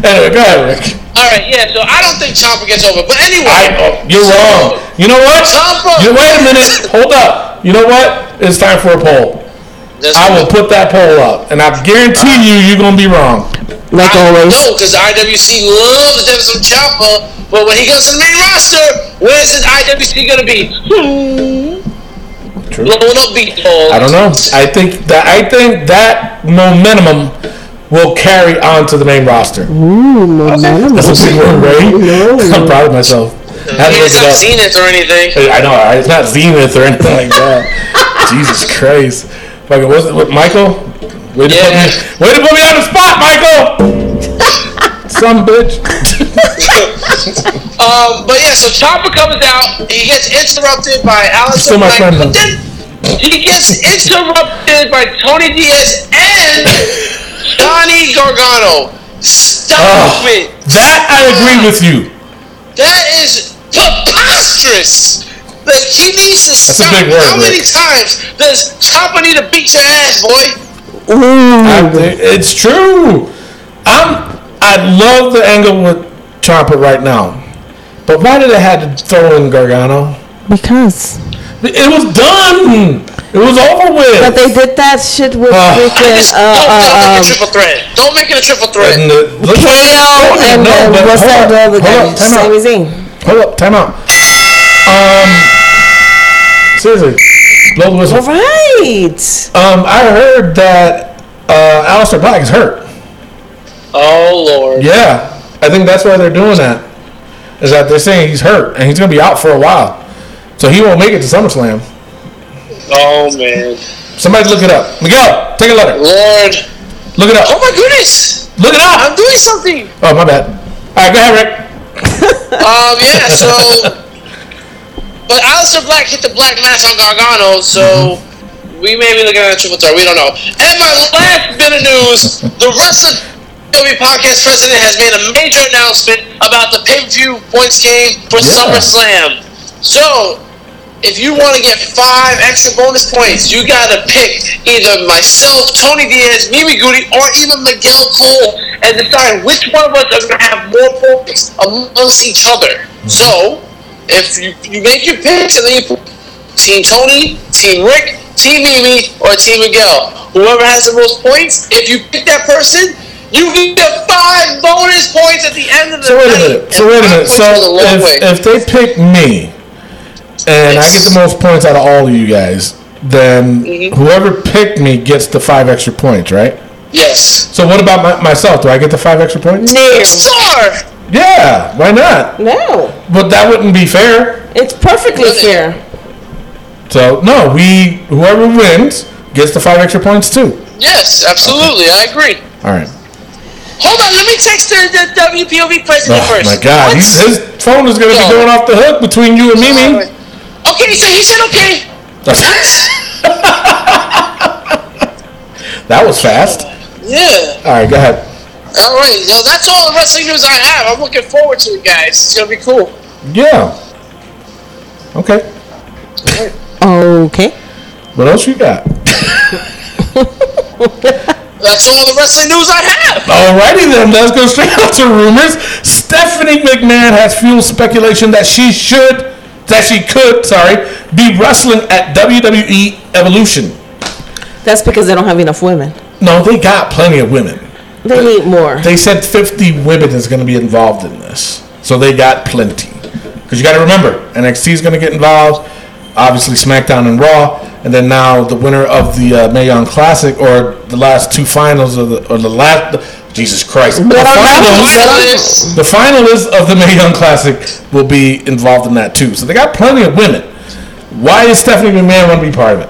Anyway, go ahead, Rick. All right, yeah. So I don't think Ciampa gets over, but anyway, I, oh, you're wrong. You know what? Ciampa. You, wait a minute. Hold up. You know what? It's time for a poll. That's I will put that poll up, and I guarantee you, you're gonna be wrong. Like always. No, because IWC loves them some Ciampa, but when he goes to the main roster, where's his IWC gonna be? True. Blowing up beat balls. I don't know. I think that I think that momentum will carry on to the main roster. That's a big word, right? I'm proud of myself. uh, I had to look It's it not up. Zenith or anything. I know right? it's not Zenith or anything like that. Jesus Christ! Fucking was it with Michael? Way to, Yeah. put me, way to put me on the spot, Michael. Some bitch. Um, but yeah, so Ciampa comes out, he gets interrupted by Still Alistair my friend, but though. then he gets interrupted by Tony Diaz and Johnny Gargano. Stop Oh. it! That I agree with you. That is preposterous. Like he needs to a stop. big word, How many Rick. times does Ciampa need to beat your ass, boy? I- it's true. I'm. I love the angle with Ciampa right now, but why did they had to throw in Gargano? Because. It was done. It was over with. But they did that shit with Ah. freaking Just uh, don't, don't make uh, it a um, triple threat. Don't make it a triple threat. And the, look what- KO and No, uh, but what's hold that up, the other hold guy? up, time out. Sami Zayn. Hold up, time out. Um, seriously, blow the whistle. Right. Um, I heard that uh, Alistair Black is hurt. Oh lord. Yeah, I think that's why they're doing that. Is that they're saying he's hurt and he's gonna be out for a while, so he won't make it to SummerSlam. Oh man. Somebody look it up. Miguel, take a letter. Lord. Look it Oh up. my goodness. Look it I'm up. doing something. Oh my bad. All right, go ahead, Rick. Um. Yeah. So. But Alistair Black hit the black mass on Gargano, so we may be looking at a triple threat. We don't know. And my last bit of news: the Wrestling WWE podcast president has made a major announcement about the pay-per-view points game for Yeah. SummerSlam. So, if you want to get five extra bonus points, you gotta pick either myself, Tony Diaz, Mimi Goody, or even Miguel Cole, and decide which one of us are gonna have more points amongst each other. Mm-hmm. So, if you, you make your picks and then you put Team Tony, Team Rick, Team Mimi, or Team Miguel. Whoever has the most points, if you pick that person, you get five bonus points at the end of the So wait a night. minute. So And wait a five minute. points So goes a long way. if, if they pick me and I get the most points out of all of you guys, then Mm-hmm. whoever picked me gets the five extra points, right? yes. So what about my, myself? Do I get the five extra points? Sure. Yeah, why not? No, But that wouldn't be fair. it's perfectly Really? fair. So no, we whoever wins gets the five extra points too. Yes, absolutely. I agree. All right. Hold on, let me text the, the WPOV president Oh first. my God, What? he's, his phone is going to be Yeah. going off the hook between you and Mimi. Okay, so he said okay. What? That was fast. Yeah. All right, go ahead. All right. So that's all the wrestling news I have. I'm looking forward to it, guys. It's gonna be cool. Yeah. Okay. Okay. What else you got? That's all the wrestling news I have. Alrighty then, let's go straight up to rumors. Stephanie McMahon has fueled speculation that she should, that she could, sorry, be wrestling at WWE Evolution. That's because they don't have enough women. No, they got plenty of women. They need more. They said 50 women is going to be involved in this. So they got plenty. Because you got to remember, NXT is going to get involved, obviously SmackDown and Raw, and then now the winner of the uh, Mae Young Classic or the last two finals of the, or the last, Jesus Christ. The But I'm not- finalists, Finalists. the finalists of the Mae Young Classic will be involved in that too. So they got plenty of women. Why is Stephanie McMahon want to be part of it?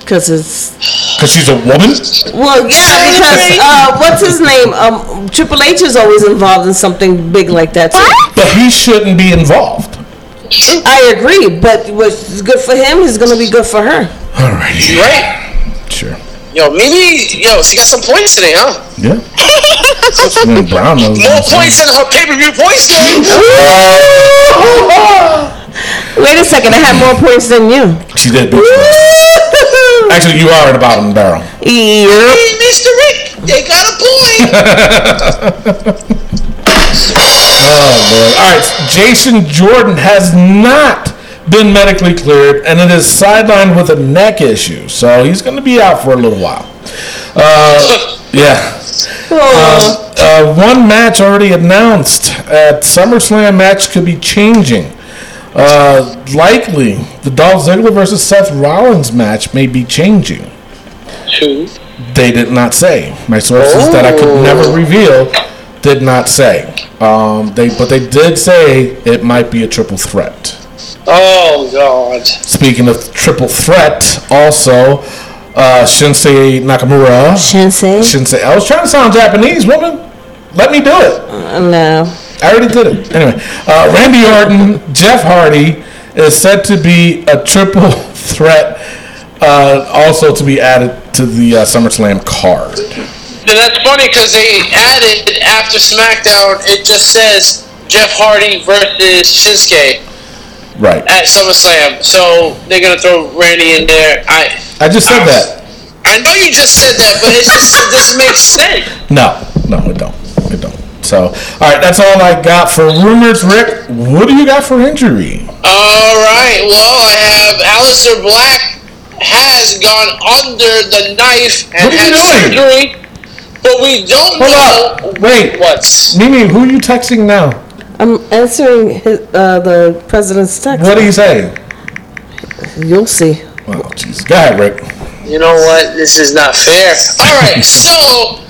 Because it's Because she's a woman? Well, yeah, because uh, what's his name? Um, Triple H is always involved in something big like that. Too. But he shouldn't be involved. I agree, but what's good for him is going to be good for her. Alrighty. Right. Sure. Yo, Mimi. Yo, she got some points today, huh? Yeah. Slim Brown knows More what I'm points than her pay-per-view points game. Wait a second, I have more points than you. saying. She did. bitch. Actually, you are at the bottom of the barrel. yeah. Hey, Mr. Rick, they got a point. All right, Jason Jordan has not been medically cleared, and it is sidelined with a neck issue, so he's going to be out for a little while. Uh, yeah. Uh, one match already announced at SummerSlam match could be changing. Uh, likely, the Dolph Ziggler versus Seth Rollins match may be changing. Who? They did not say. My sources that I could never reveal did not say. Um, they but they did say it might be a triple threat. Oh God. Speaking of triple threat, also uh, Shinsei Nakamura. Shinsei? Shinsei. I was trying to sound Japanese, woman. Let me do it. No. I already did it. Anyway, uh, Randy Orton, Jeff Hardy is said to be a triple threat. Uh, also to be added to the uh, SummerSlam card. And that's funny because they added after SmackDown. It just says Jeff Hardy versus Shinsuke Right. at SummerSlam. So they're gonna throw Randy in there. I. I just said that. I know you just said that, but it just it doesn't make sense. No, no, it don't. It don't. So, all right, that's all I got for rumors. Rick, what do you got for injury? All right. Well, I have Alistair Black has gone under the knife and What are you had doing? surgery, but we don't Hold know up. Wait. what's. Mimi, who are you texting now? I'm answering his, uh, the president's text. What do you say? You'll see. Oh, jeez. Go ahead, Rick. You know what? This is not fair. All right. So.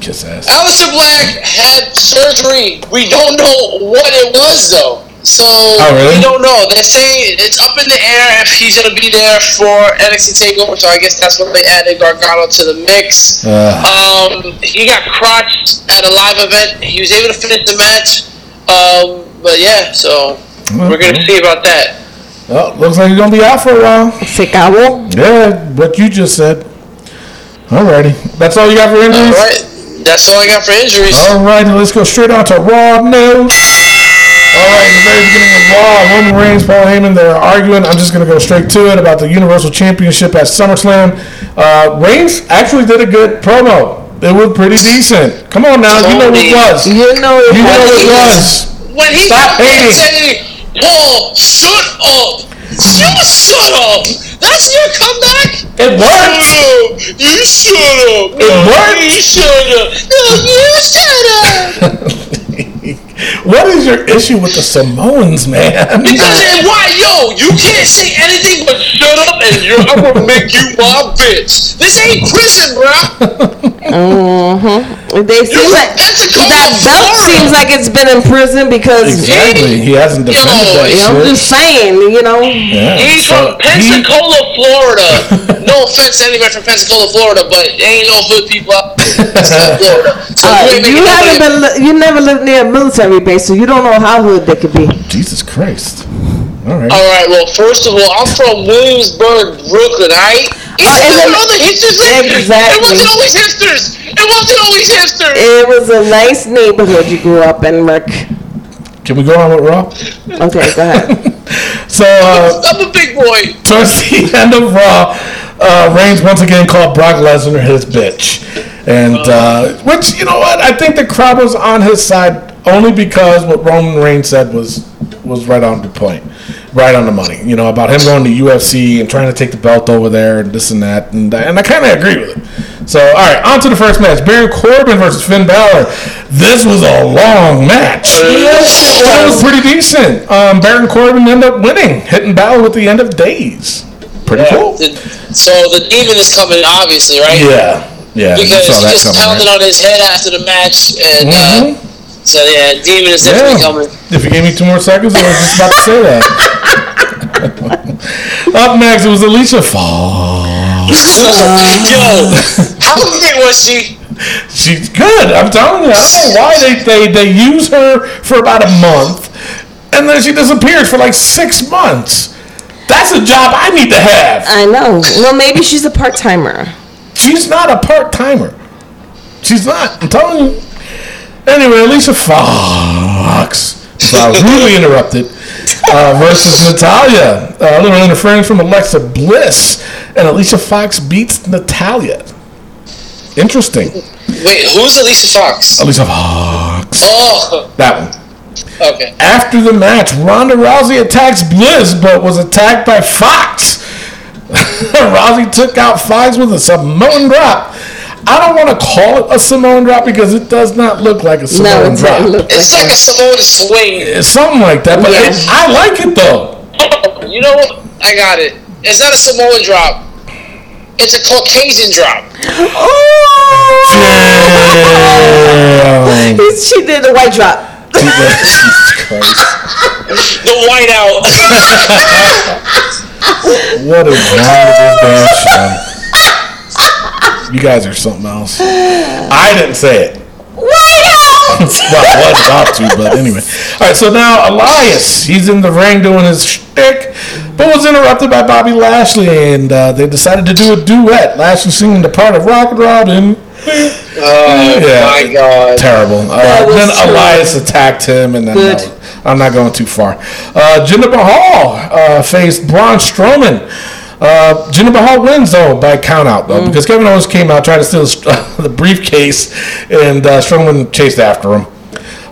Kiss ass. Alistair Black had surgery. We don't know what it was though. So Oh, really? we don't know. They're saying it's up in the air if he's gonna be there for NXT Takeover. So I guess that's when they added Gargano to the mix. Uh, Um, he got crotched at a live event. He was able to finish the match. Um, but yeah, so we're gonna see about that. oh, looks like you're going to be out for a while. Se acabó. Yeah, what you just said. Alrighty. That's all you got for All injuries? right, that's all I got for injuries. All right, and let's go straight on to Raw news. All right, in the very beginning of Raw, Roman Reigns, Paul Heyman, they're arguing. I'm just going to go straight to it about the Universal Championship at SummerSlam. Uh, Reigns actually did a good promo. It was pretty decent. Come on now, you know what it was. You You know it. know what it was. When he Stop come in hating. saying, Paul, shut up! You shut up! That's your comeback? It worked. No, you shut up! It No, worked. You shut up! No, you shut up! What is your issue with the Samoans, man? Because then why, yo, you can't say anything but shut up and you're, I'm gonna make you my bitch. This ain't prison, bruh. They seem like, That's a cold that belt Florida. seems like it's been in prison because, Exactly. He hasn't defended that Yo, I'm shit. just saying, you know. Yeah. He's So from he- Pensacola, Florida. No offense to anybody from Pensacola, Florida, but ain't no hood people out in Pensacola, Florida. So you Uh, ain't making you haven't nobody- been, li- you never lived near a military base, so you don't know how hood they could be. Jesus Christ. All right. Oh. All right. Well, first of all, I'm from Williamsburg, Brooklyn. All right. He Uh, said and then- another hipster thing. It Exactly. wasn't always hipsters. It wasn't always hipsters. It was a nice neighborhood you grew up in, Rick. Can we go on with Raw? Okay, go ahead. So, uh, I'm a big boy. towards the end of Raw, uh, Reigns once again called Brock Lesnar his bitch. And, uh, which, you know what? I think the crowd was on his side only because what Roman Reigns said was, was right on the point, right on the money. You know, about him going to UFC and trying to take the belt over there and this and that. And, and I kind of agree with it. So, all right, on to the first match Baron Corbin versus Finn Balor. This was a long match. Well, it was pretty decent. Um, Baron Corbin ended up winning, hitting Battle with the end of days. Pretty cool. The- So the demon is coming, obviously, right? Yeah, yeah. you Because saw he that just coming, pounded right? on his head after the match, and Mhm. uh, so yeah, demon is Yeah. definitely coming. If you gave me two more seconds, I was just about to say that. Up next, it was Alicia Fall. Yo, how big was she? She's good. I'm telling you. I don't know why they, they they use her for about a month, and then she disappears for like six months. That's a job I need to have. I know. Well, maybe she's a part timer. She's not a part timer. She's not. I'm telling you. Anyway, Alicia Fox. So I was rudely interrupted. Uh, versus Natalia. Uh, a little interference from Alexa Bliss. And Alicia Fox beats Natalia. Interesting. Wait, who's Alicia Fox? Alicia Fox. Oh, That one. okay. After the match, Ronda Rousey attacks Bliss, but was attacked by Fox. Rousey took out Fox with a Samoan drop. I don't want to call it a Samoan drop because it does not look like a Samoan No, it's drop. not. Look like It's like a Samoan swing. it's something like that, but it, Yeah. I like it though. Oh, you know what? I got it. It's not a Samoan drop. It's a Caucasian drop. Damn. He's- Oh! she did a white drop. Jesus Christ. The whiteout. What a wonderful damn show. You guys are something else. I didn't say it. White well, out! I was about to, but anyway. All right, so now Elias, he's in the ring doing his shtick, but was interrupted by Bobby Lashley, and uh, they decided to do a duet. Lashley singing the part of Rock and Rod, and oh Yeah. my god. terrible. Uh, That was then terrible. Elias attacked him, and then Good. that was- I'm not going too far. Uh, Jinder Mahal uh, faced Braun Strowman. Uh, Jinder Mahal wins though by count out Mm. though because Kevin Owens came out tried to steal his, the briefcase and uh, Strowman chased after him.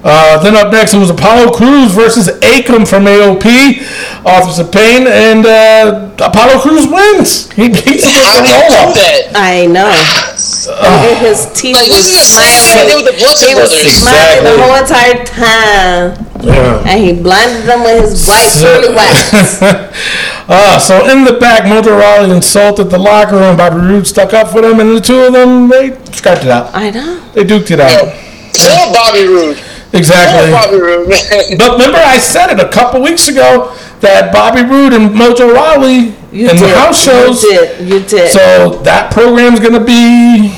Uh, then up next it was Apollo Cruz versus Akam from AOP, Office of Pain, and uh, Apollo Cruz wins. He beats him How with do the you roll-up. do that? I know. And his teeth Like, this was is the same thing they did with the Bludgeon He was Brothers. Exactly. smiling the whole entire time. Yeah. And he blinded them with his white curly wax. uh, so in the back, Motor Raleigh insulted the locker room. Bobby Roode stuck up for them, and the two of them they scrapped it out. I know. They duked it out. Poor Bobby Roode. Poor Exactly. Bobby Roode, man. But remember, I said it a couple weeks ago that Bobby Roode and Mojo Raleigh You in did. the house shows. You did. You did. So that program's gonna be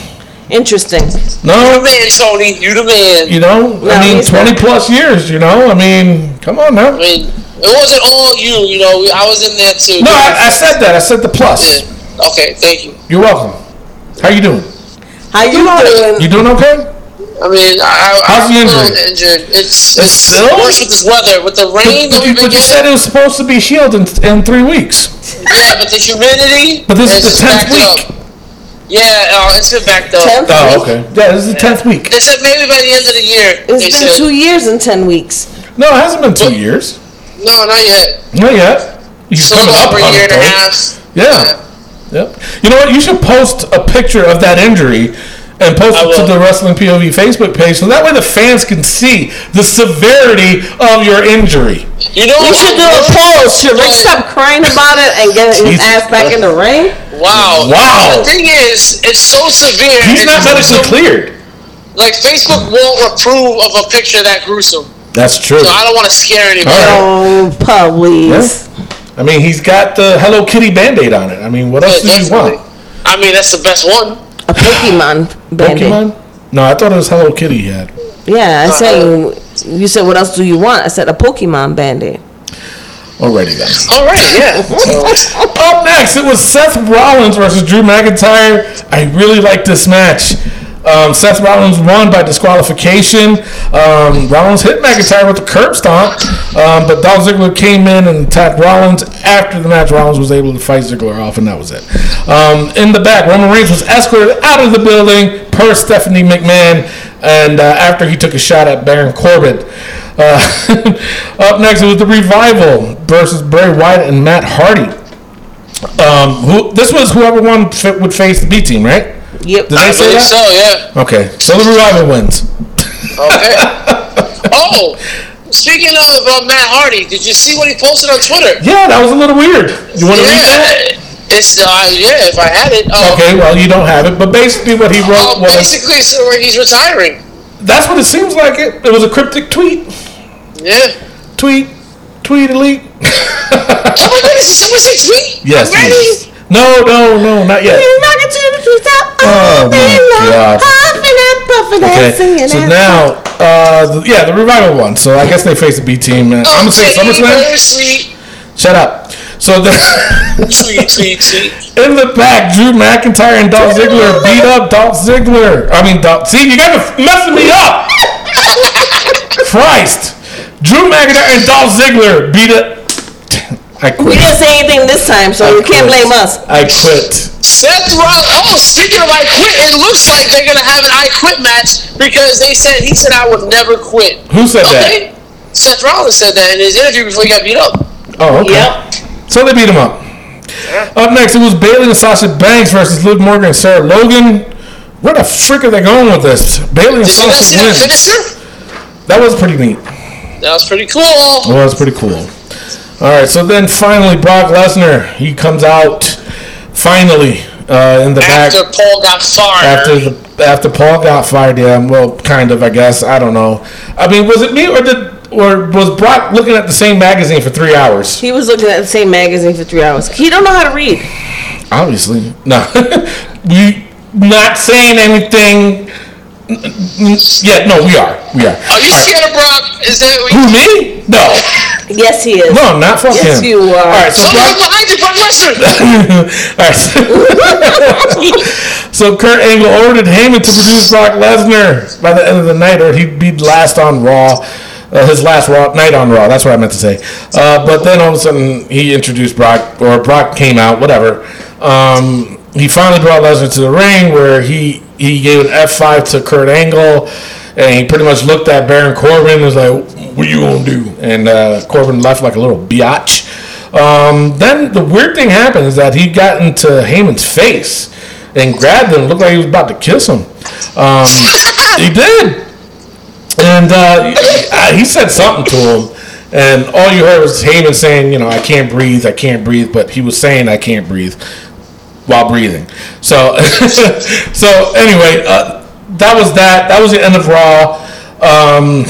Interesting. You the no, man, Tony. You the man. you know, I mean, he's twenty not. plus years. You know, I mean, come on now. I mean, it wasn't all you. You know, I was in there too. No, I, I said that. I said the plus. Yeah. Okay, thank you. You're welcome. How you doing? How you doing? You doing okay? I mean, I, I, How's the I'm a little injury? injured. It's, It's it's still? worse with this weather, with the But, rain that we've but you, been but you said getting. it was supposed to be healed in, in three weeks. Yeah, but the humidity. But this is it's just the 10th backed up. Yeah, uh, it's been backed up. Ten weeks? Yeah, this is the tenth week. They said maybe by the end of the year. It's they been said, two years and ten weeks. No, it hasn't been two years. No, not yet. Not yet. He's So coming up over a on year it, and a though. half. Yeah. Yep. You know what? You should post a picture of that injury and post I it will. to the Wrestling POV Facebook page so that way the fans can see the severity of your injury. You know You what? should do a post. Should Rick But- stop crying about it and get his Jesus. ass back in the ring? Wow. The Wow. thing is, it's so severe. He's and not medically gruesome. cleared. Like Facebook won't approve of a picture that gruesome. That's true. So I don't want to scare anybody. All right. Oh, please. I mean, he's got the Hello Kitty Band-Aid on it. I mean, what Yeah, else do you definitely. want? I mean, that's the best one. A Pokemon bandit. Pokemon? No, I thought it was Hello Kitty he had. Yeah, I said. You said, "What else do you want?" I said, "A Pokemon bandit." Alrighty then. All right, yeah. So, Up next, it was Seth Rollins versus Drew McIntyre. I really like this match. Um, Seth Rollins won by disqualification. Um, Rollins hit McIntyre with a curb stomp, um, but Dolph Ziggler came in and attacked Rollins. After the match, Rollins was able to fight Ziggler off, and that was it. Um, in the back, Roman Reigns was escorted out of the building per Stephanie McMahon, and uh, after he took a shot at Baron Corbin. Uh, up next was the revival versus Bray Wyatt and Matt Hardy. Um, who this was whoever won f- would face the B team, right? Yep. Did they I say believe that? so, yeah. Okay, so the revival wins. Okay. oh, speaking of uh, Matt Hardy, did you see what he posted on Twitter? Yeah, that was a little weird. You want to read that? Yeah, it's uh, yeah. If I had it, uh, Okay, well you don't have it, but basically what he wrote Uh, was basically, so where he's retiring. that's what it seems like. It it was a cryptic tweet, Yeah. tweet, tweet elite. Oh my goodness! Did someone say tweet? Yes. Already? yes. No, no, no, not yet. Oh, my God. Okay, so now, uh, the- yeah, the revival one. So I guess they face the B team. And I'm gonna say Okay, SummerSlam. there's Tweet, Shut up. So the, tweet, tweet, tweet. in the back, Drew McIntyre and Dolph Ziggler beat up Dolph Ziggler. I mean, Dolph. See, you guys are messing me up. Christ, Drew McIntyre and Dolph Ziggler beat up. I We quit. didn't say anything this time, so you can't blame us. I quit. Seth Rollins. Oh, speaking of I quit, it looks like they're gonna have an I quit match because they said he said I would never quit. Who said Okay. Seth Rollins said that in his interview before he got beat up. that? Oh, okay. Yep. So they beat him up. Up next, it was Bailey and Sasha Banks versus Liv Morgan and Sarah Logan. Where the frick are they going with this? Bailey and Did you guys see Sasha that win. finisher? That was pretty neat. That was pretty cool. That was pretty cool. All right, so then finally Brock Lesnar he comes out finally uh, in the After back Paul got fired. after the after Paul got fired. Yeah, well, kind of, I guess. I don't know. I mean, was it me or did or was Brock looking at the same magazine for three hours? He was looking at the same magazine for three hours. He don't know how to read. Obviously, no. we not saying anything. Yeah, no, we are. We are. Oh, Are you scared of Brock? Is that what you Who me? No, Yes, he is. no, I'm not fucking. Yes, you are. All right, so Oh, Brock. look behind you, Brock Lesnar! All right. so- so Kurt Angle ordered Heyman to produce Brock Lesnar by the end of the night, or he'd be last on Raw. Uh, his last Raw night on Raw. That's what I meant to say. Uh, but then all of a sudden he introduced Brock, or Brock came out, whatever. Um, he finally brought Lesnar to the ring, where he he gave an F five to Kurt Angle, and he pretty much looked at Baron Corbin and was like, "What you gonna do?" And uh, Corbin left like a little biatch. Um, then the weird thing happened is that he got into Heyman's face and grabbed him. Looked like he was about to kiss him. Um, he did, and uh, I- he said something to him. And all you heard was Heyman saying, "You know, I can't breathe, I can't breathe," but he was saying, "I can't breathe." while breathing. So, so anyway, uh, that was that. That was the end of Raw. Um,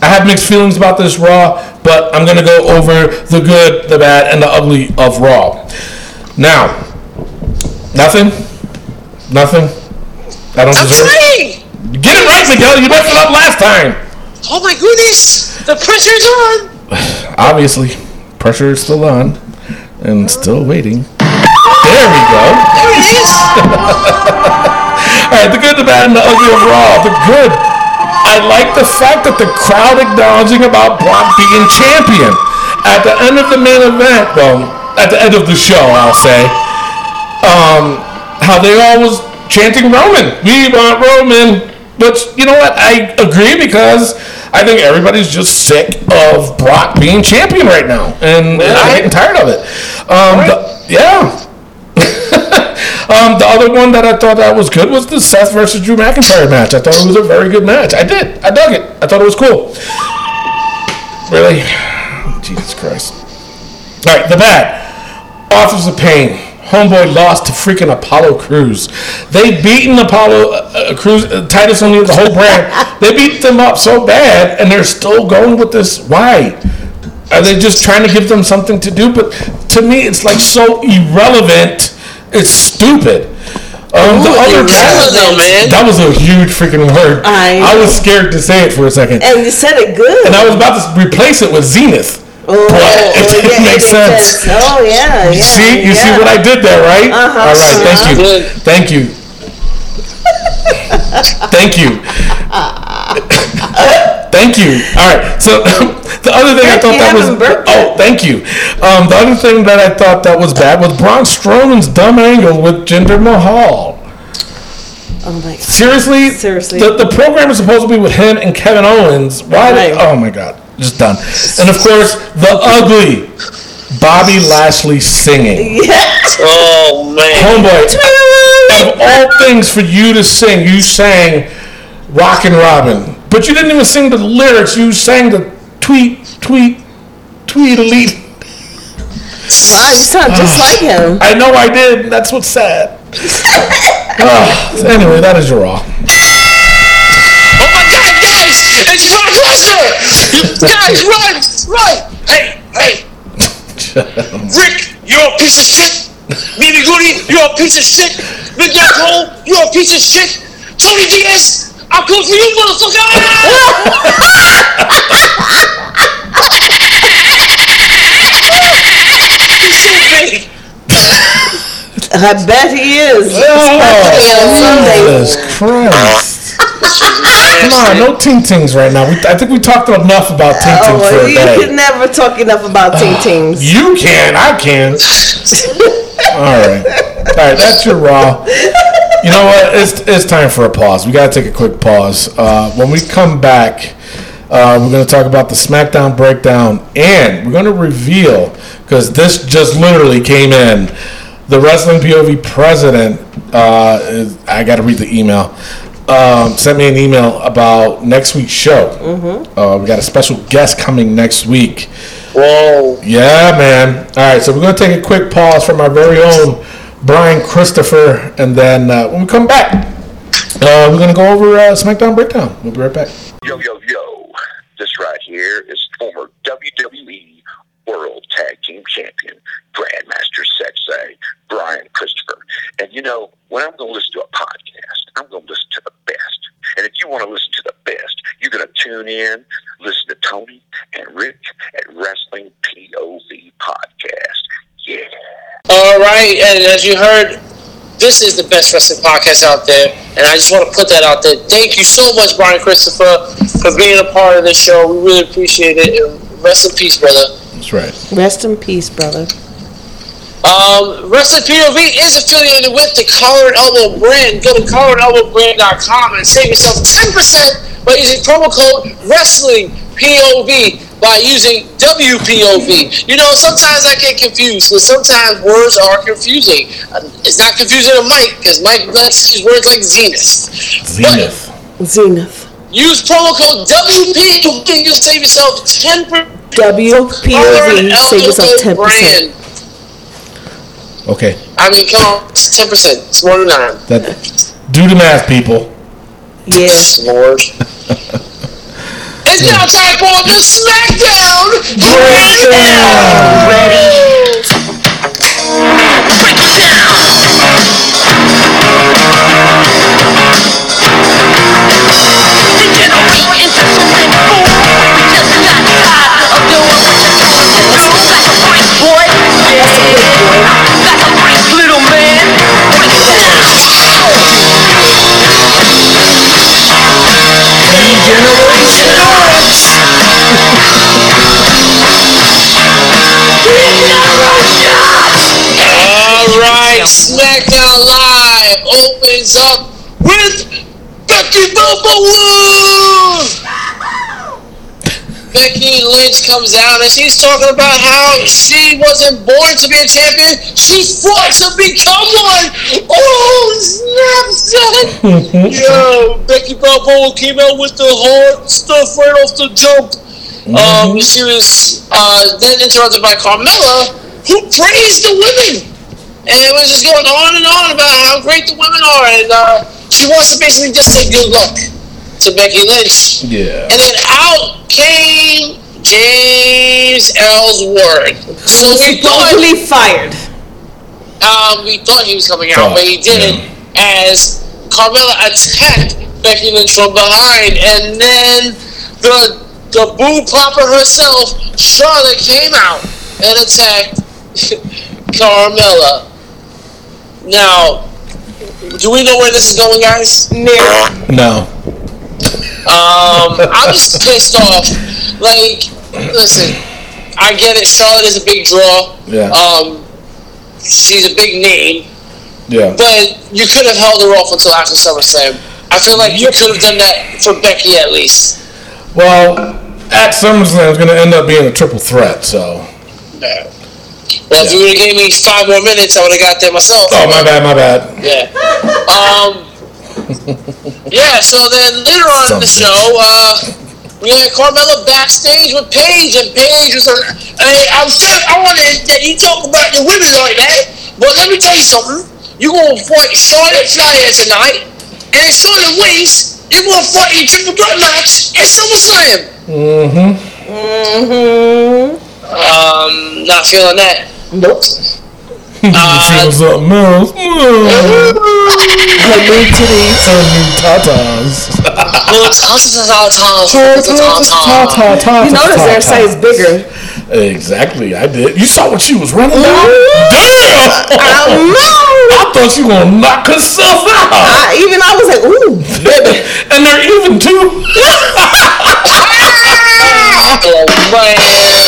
I have mixed feelings about this Raw, but I'm gonna go over the good, the bad, and the ugly of Raw. Now, nothing, nothing. I don't I'm deserve. trying! Get it right, Miguel. You messed it up last time. Oh my goodness! The pressure's on! Obviously, pressure is still on, and still waiting. There we go. There it is! All right, the good, the bad, and the ugly of Raw. The good. I like the fact that the crowd acknowledging about Brock being champion. At the end of the main event, well, at the end of the show, I'll say, um, how they all was chanting Roman. We want Roman. Which, you know what, I agree because I think everybody's just sick of Brock being champion right now. And I'm getting tired of it. Um, the- yeah. Um, the other one that I thought that was good was the Seth versus Drew McIntyre match. I thought it was a very good match. I did. I dug it. I thought it was cool. Really? Oh, Jesus Christ. All right, the bad. Authors of Pain. Homeboy lost to freaking Apollo Cruz. They beaten Apollo uh, uh, Cruz, uh, Titus O'Neil, the whole brand. they beat them up so bad, and they're still going with this. Why? Are they just trying to give them something to do? But to me, it's like so irrelevant. It's stupid. Um, the Hell other bad, no, man. that was a huge freaking word. I I was scared to say it for a second. And you said it good. And I was about to replace it with Zenith. Oh, But it oh, yeah, makes sense. Oh yeah, yeah. see, you see what I did there, right? Uh-huh. All right, thank you, Uh-huh. thank you, thank you, thank you. All right, so the other thing I Rick, thought you that was haven't burped yet. oh, thank you. Um, the other thing that I thought that was bad was Braun Strowman's dumb angle with Jinder Mahal. Oh my god. Seriously, Seriously. the, the program is supposed to be with him and Kevin Owens. Why? Did, Right. oh my God, just done. And of course, the ugly Bobby Lashley singing. Oh man. Homeboy, of all things for you to sing, you sang "Rockin' Robin," but you didn't even sing the lyrics. You sang the tweet, tweet, tweet, elite. Wow, you sound just Ah. like him. I know I did. and That's what's sad. Ah, so anyway, that is your raw. Oh my God, guys! It's Brock Lesnar! You guys, run, run! Hey, hey! Rick, you're a piece of shit. Mimi Goody, you're a piece of shit. Big Jack Cole, you're a piece of shit. Tony Diaz, I'll come for you, motherfucker! Ah! He's so big. I bet he is. Oh, On Sunday. Jesus Christ. Come on, no ting tings right now. We, I think we talked enough about ting ting Oh, for Ah. well, a you day. can never talk enough about Ting Tings. You can, I can. All right, all right. That's your raw. You know what? It's it's time for a pause. We got to take a quick pause. Uh, when we come back, uh, we're going to talk about the SmackDown breakdown, and we're going to reveal because this just literally came in. The wrestling POV president. Uh, is, I got to read the email. Um, sent me an email about next week's show. Uh, we got a special guest coming next week. Yeah, man. All right, so we're going to take a quick pause from our very own Brian Christopher, and then uh, when we come back, uh, we're going to go over uh, SmackDown Breakdown. We'll be right back. Yo, yo, yo. This right here is former WWE World Tag Team Champion, Grandmaster Sexay, Brian Christopher. And you know, when I'm going to listen to a podcast, I'm going to listen to the best. And if you want to listen to the best, you're going to tune in, listen to Tony and Rick at Wrestling POV Podcast. Yeah. All right, and as you heard, this is the best wrestling podcast out there, and I just want to put that out there. Thank you so much, Brian Christopher, for being a part of this show. We really appreciate it. And rest in peace, brother. That's right. Rest in peace, brother. Um, Wrestling POV is affiliated with the Collar and Elbow brand. Go to collarandelbowbrand.com and save yourself 10% by using promo code Wrestling POV by using WPOV. You know, sometimes I get confused because sometimes words are confusing. Uh, It's not confusing to Mike because Mike likes to use words like Zenith. Zenith. Zenith. Use promo code WPOV and you'll save yourself 10%. Collar and WPOV. Save yourself Elbow brand. 10%. Okay, I mean, come on, it's 10%. It's one to nine. that do the math, people. Yeah. Lord. it's now time for the SmackDown Breakdown. All right, SmackDown Live opens up with Becky Bobo Wood. Becky Lynch comes out and she's talking about how she wasn't born to be a champion. She fought to become one. Oh, snap, son. Yo, Becky Balboa came out with the hard stuff right off the jump. Um, she was uh, then interrupted by Carmella, who praised the women. And it was just going on and on about how great the women are. And uh, she wants to basically just say good luck to Becky Lynch. Yeah. And then out came James Ellsworth. Oh So we thought Totally fired. um, we thought he was coming Thought, out, but he didn't. As Carmella attacked Becky Lynch from behind, and then the the boo popper herself, Charlotte, came out and attacked Carmella. Now, do we know where this is going, guys? No. Um, I'm just pissed off. Like, listen, I get it. Charlotte is a big draw. Yeah. Um, she's a big name. Yeah. But you could have held her off until after SummerSlam. I feel like you could have done that for Becky at least. Well, at SummerSlam, it's going to end up being a triple threat, so. Yeah. Now, if you would have gave me five more minutes, I would have got there myself. Oh, my bad, my bad. Yeah. Um. yeah. So then later on in the Some bitch. show, uh, we had Carmella backstage with Paige, and Paige was like, "Hey, I'm sorry, I wanted that you talk about the women like that, but let me tell you something. You gonna fight Charlotte Flair tonight, and if Charlotte wins, you gonna fight in triple threat match at SummerSlam." Mm-hmm. Mm-hmm. Um, not feeling that. Nope. she was up, Mills. Her new titties. Her new tatas. Ta ta. You notice their size bigger. Exactly, I did. You saw what she was running down? Damn! I know. I thought she was going to knock herself out. I, even I was like, ooh, baby. And they're even, too. Oh man,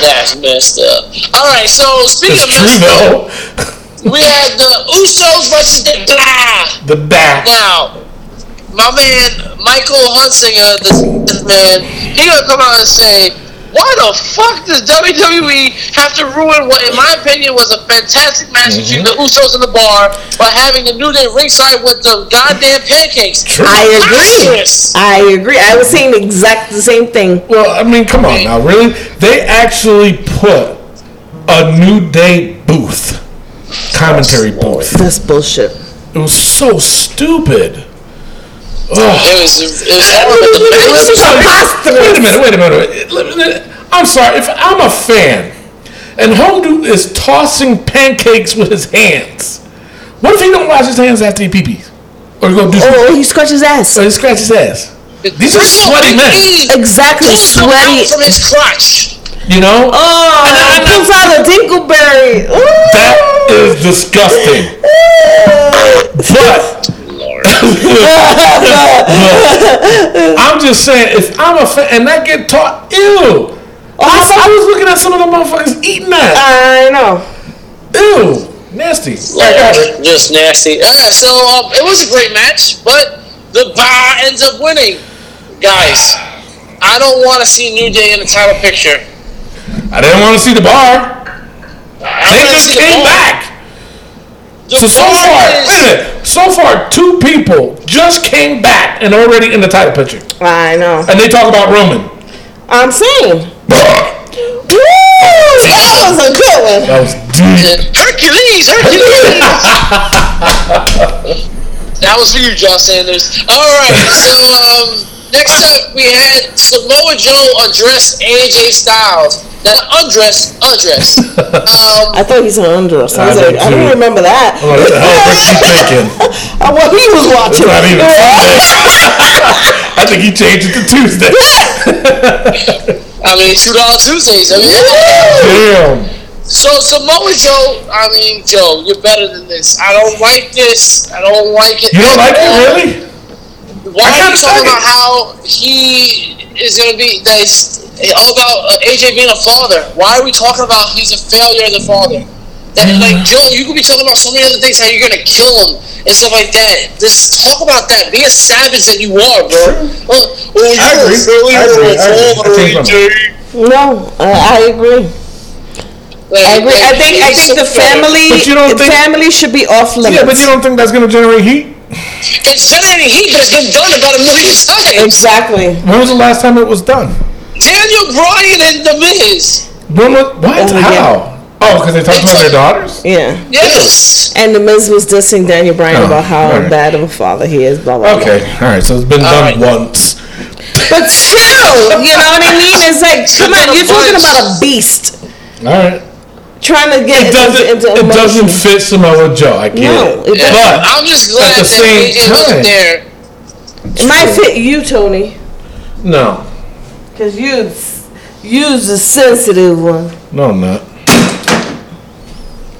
that's messed up. All right, so speaking It's of true, messed up, though. we had the Usos versus the Blah. The back. Now, my man Michael Hunsinger, this, this man, he gonna come out and say, "Why the fuck does WWE have to ruin what, in my opinion, was a fantastic match between the Usos and the Bar by having the New Day ringside with the goddamn pancakes?" I agree. Monstrous. I agree. I was saying exact the same thing. Well, I mean, come on now, really? They actually put a New Day booth, commentary booth. That's bullshit. It was so stupid. Ugh. It was, it was horrible. The match was preposterous. Wait a minute, wait a minute. Let me- I'm sorry, if I'm a fan and Home Dude is tossing pancakes with his hands, what if he don't wash his hands after he pee-pees? Or he go do something? Oh, he scratched his ass. Or he scratch his ass? These are sweaty men, Exactly, sweaty. from his crotch. you know? Oh, And I- it pulls out a dingleberry. Ooh. That is disgusting. But Look, I'm just saying, if I'm a fan and I get taught, ew. I, thought I was looking at some of the motherfuckers eating that. I know. Ew, nasty. uh, Yeah, just nasty. Yeah, so um, it was a great match, but the bar ends up winning. Guys, I don't want to see New Day in the title picture. I didn't want to see the bar. I They wanna just see the came bar. back. The So so bar far, is- wait a minute. So far, two people just came back and already in the title picture, I know. and they talk about Roman. I'm saying. Woo! That was a good one. That was deep. Hercules, Hercules. that was for you, Josh Sanders. All right, so um, next up we had Samoa Joe address AJ Styles. Now undress, undress. Um, I thought he said under us. I was I like, did I too. don't remember I'm that. like, Oh, what the hell was he thinking? I what he was It's watching. not even Sunday. I think he changed it to Tuesday. I mean, two dollar Tuesdays. I mean, Damn. so Samoa Joe. I mean, Joe, you're better than this. I don't like this. I don't like it. You don't like it, really? Why I are you kinda talking like about it. how he is going to be that it's all about uh, AJ being a father? Why are we talking about he's a failure as a father? That Mm. like Joe, you could be talking about so many other things how you're going to kill him and stuff like that. Just talk about that. Be a savage that you are, bro. Oh, oh, you're I agree. a failure I agree. I as a agree. I think father, I'm- AJ. No, uh, I agree. Like, I agree. I like, think I he's think a the failure. family But you don't the think- family should be off limits. Yeah, but you don't think that's gonna generate heat? It's generating heat, but it's been done about a million times. Exactly. When was the last time it was done? Daniel Bryan and The Miz. When was what? Oh, yeah. How? Oh, because they talked about their daughters. Yeah. Yes. And the Miz was dissing Daniel Bryan Oh, about how alright. bad of a father he is, blah blah Okay, all right. So it's been done right. once. But still, you know what I mean? It's like, come on, you're talking about a beast All right. trying to get It doesn't. into, into It doesn't emotion. fit Samoa Joe. I get No, it. it doesn't. But I'm just glad at the that same AJ wasn't time- there. It might fit you, Tony. no, Cause you, you's a sensitive one. No, I'm not.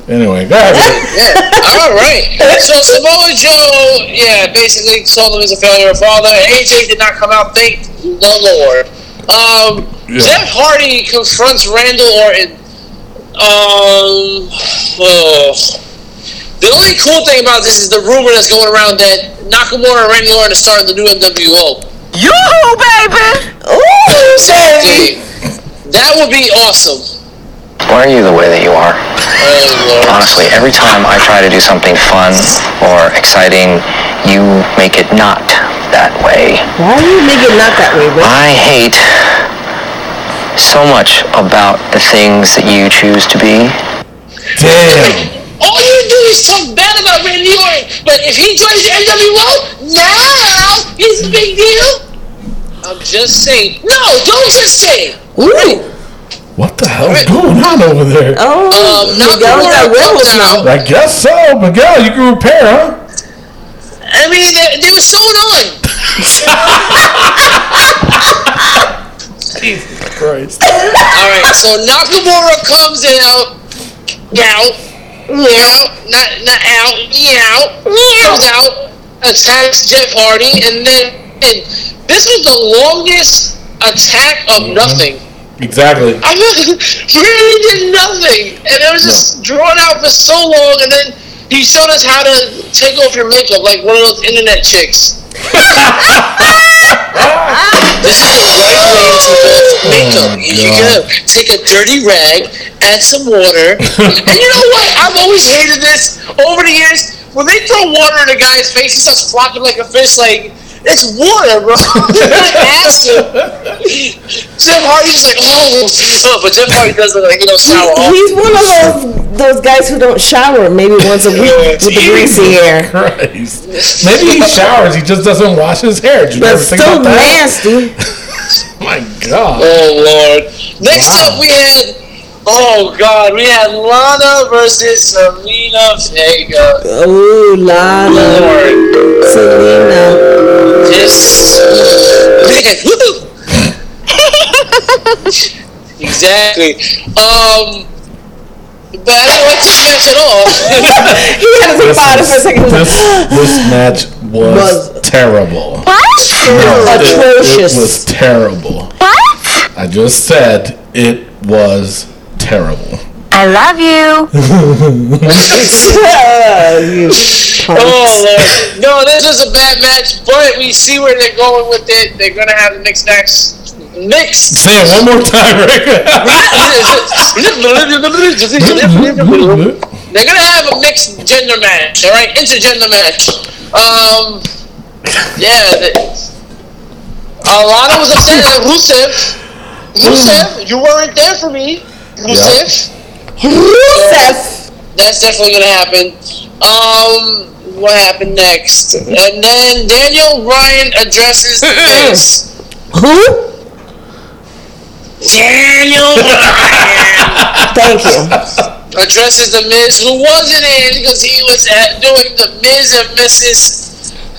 Anyway, go ahead. All right. So Samoa Joe, yeah, basically saw them as a failure of father. AJ did not come out. Thank the Lord. Um, Yeah. Jeff Hardy confronts Randall Orton. Um, ugh. The only cool thing about this is the rumor that's going around that Nakamura and Randy Orton are starting the new NWO. Yoo-hoo, baby! Ooh, baby! That would be awesome. Why are you the way that you are? Oh, Lord. Honestly, every time I try to do something fun or exciting, you make it not that way. Why do you make it not that way, bro? I hate so much about the things that you choose to be. Damn. All you do is talk bad about Randy Orton, but if he joins the NWO, now he's a big deal. I'm just saying. No, don't just say. it. Ooh! What the hell is going on over there? Oh, Um, Miguel Nakamura got real with comes out. now. I guess so. Miguel, you grew a pair, huh? I mean, they, they were sewn on. Christ. All right, so Nakamura comes out. Meow. Meow. Not, not out. Meow. Comes out, attacks Jeff Hardy, and then and this was the longest attack of nothing. Exactly. I mean, really did nothing, and it was just drawn out for so long. And then he showed us how to take off your makeup, like one of those internet chicks. this is the right way to do makeup. you God. gotta take a dirty rag, add some water, and you know what? I've always hated this over the years. When they throw water in a guy's face, he starts flopping like a fish. Like it's water, bro. It's like acid. Jeff Hardy's just like, oh, oh, but Jeff Hardy does look like he don't shower He- off. He's one of those those guys who don't shower maybe once a week with the greasy hair. Christ. Maybe he showers. He just doesn't wash his hair. Did you But ever think still about that? nasty. My God. Oh Lord! Next Wow. up, we had. Oh God, we had Lana versus Selena Vega. Oh, Lana, Lord, Selena. this. Woo! exactly. Um, but I didn't like this match at all. He had his body for a second. He was this, like, this match was, Was- terrible. It, atrocious. it was terrible. I just said it was terrible. I love you. Ah, you Oh Lord! No, this is a bad match, but we see where they're going with it. They're gonna have the next match. Next. Say it one more time, They're Rick. gonna have a mixed gender match, all right? Intergender match. Um, yeah. The, Alana was upset at Rusev. Rusev, you weren't there for me. Rusev. Rusev. That's definitely gonna happen. Um, what happened next? And then Daniel Bryan addresses this. Who? Daniel Bryan Thank you. addresses the Miz, who wasn't in because he was at doing the Miz and Mrs.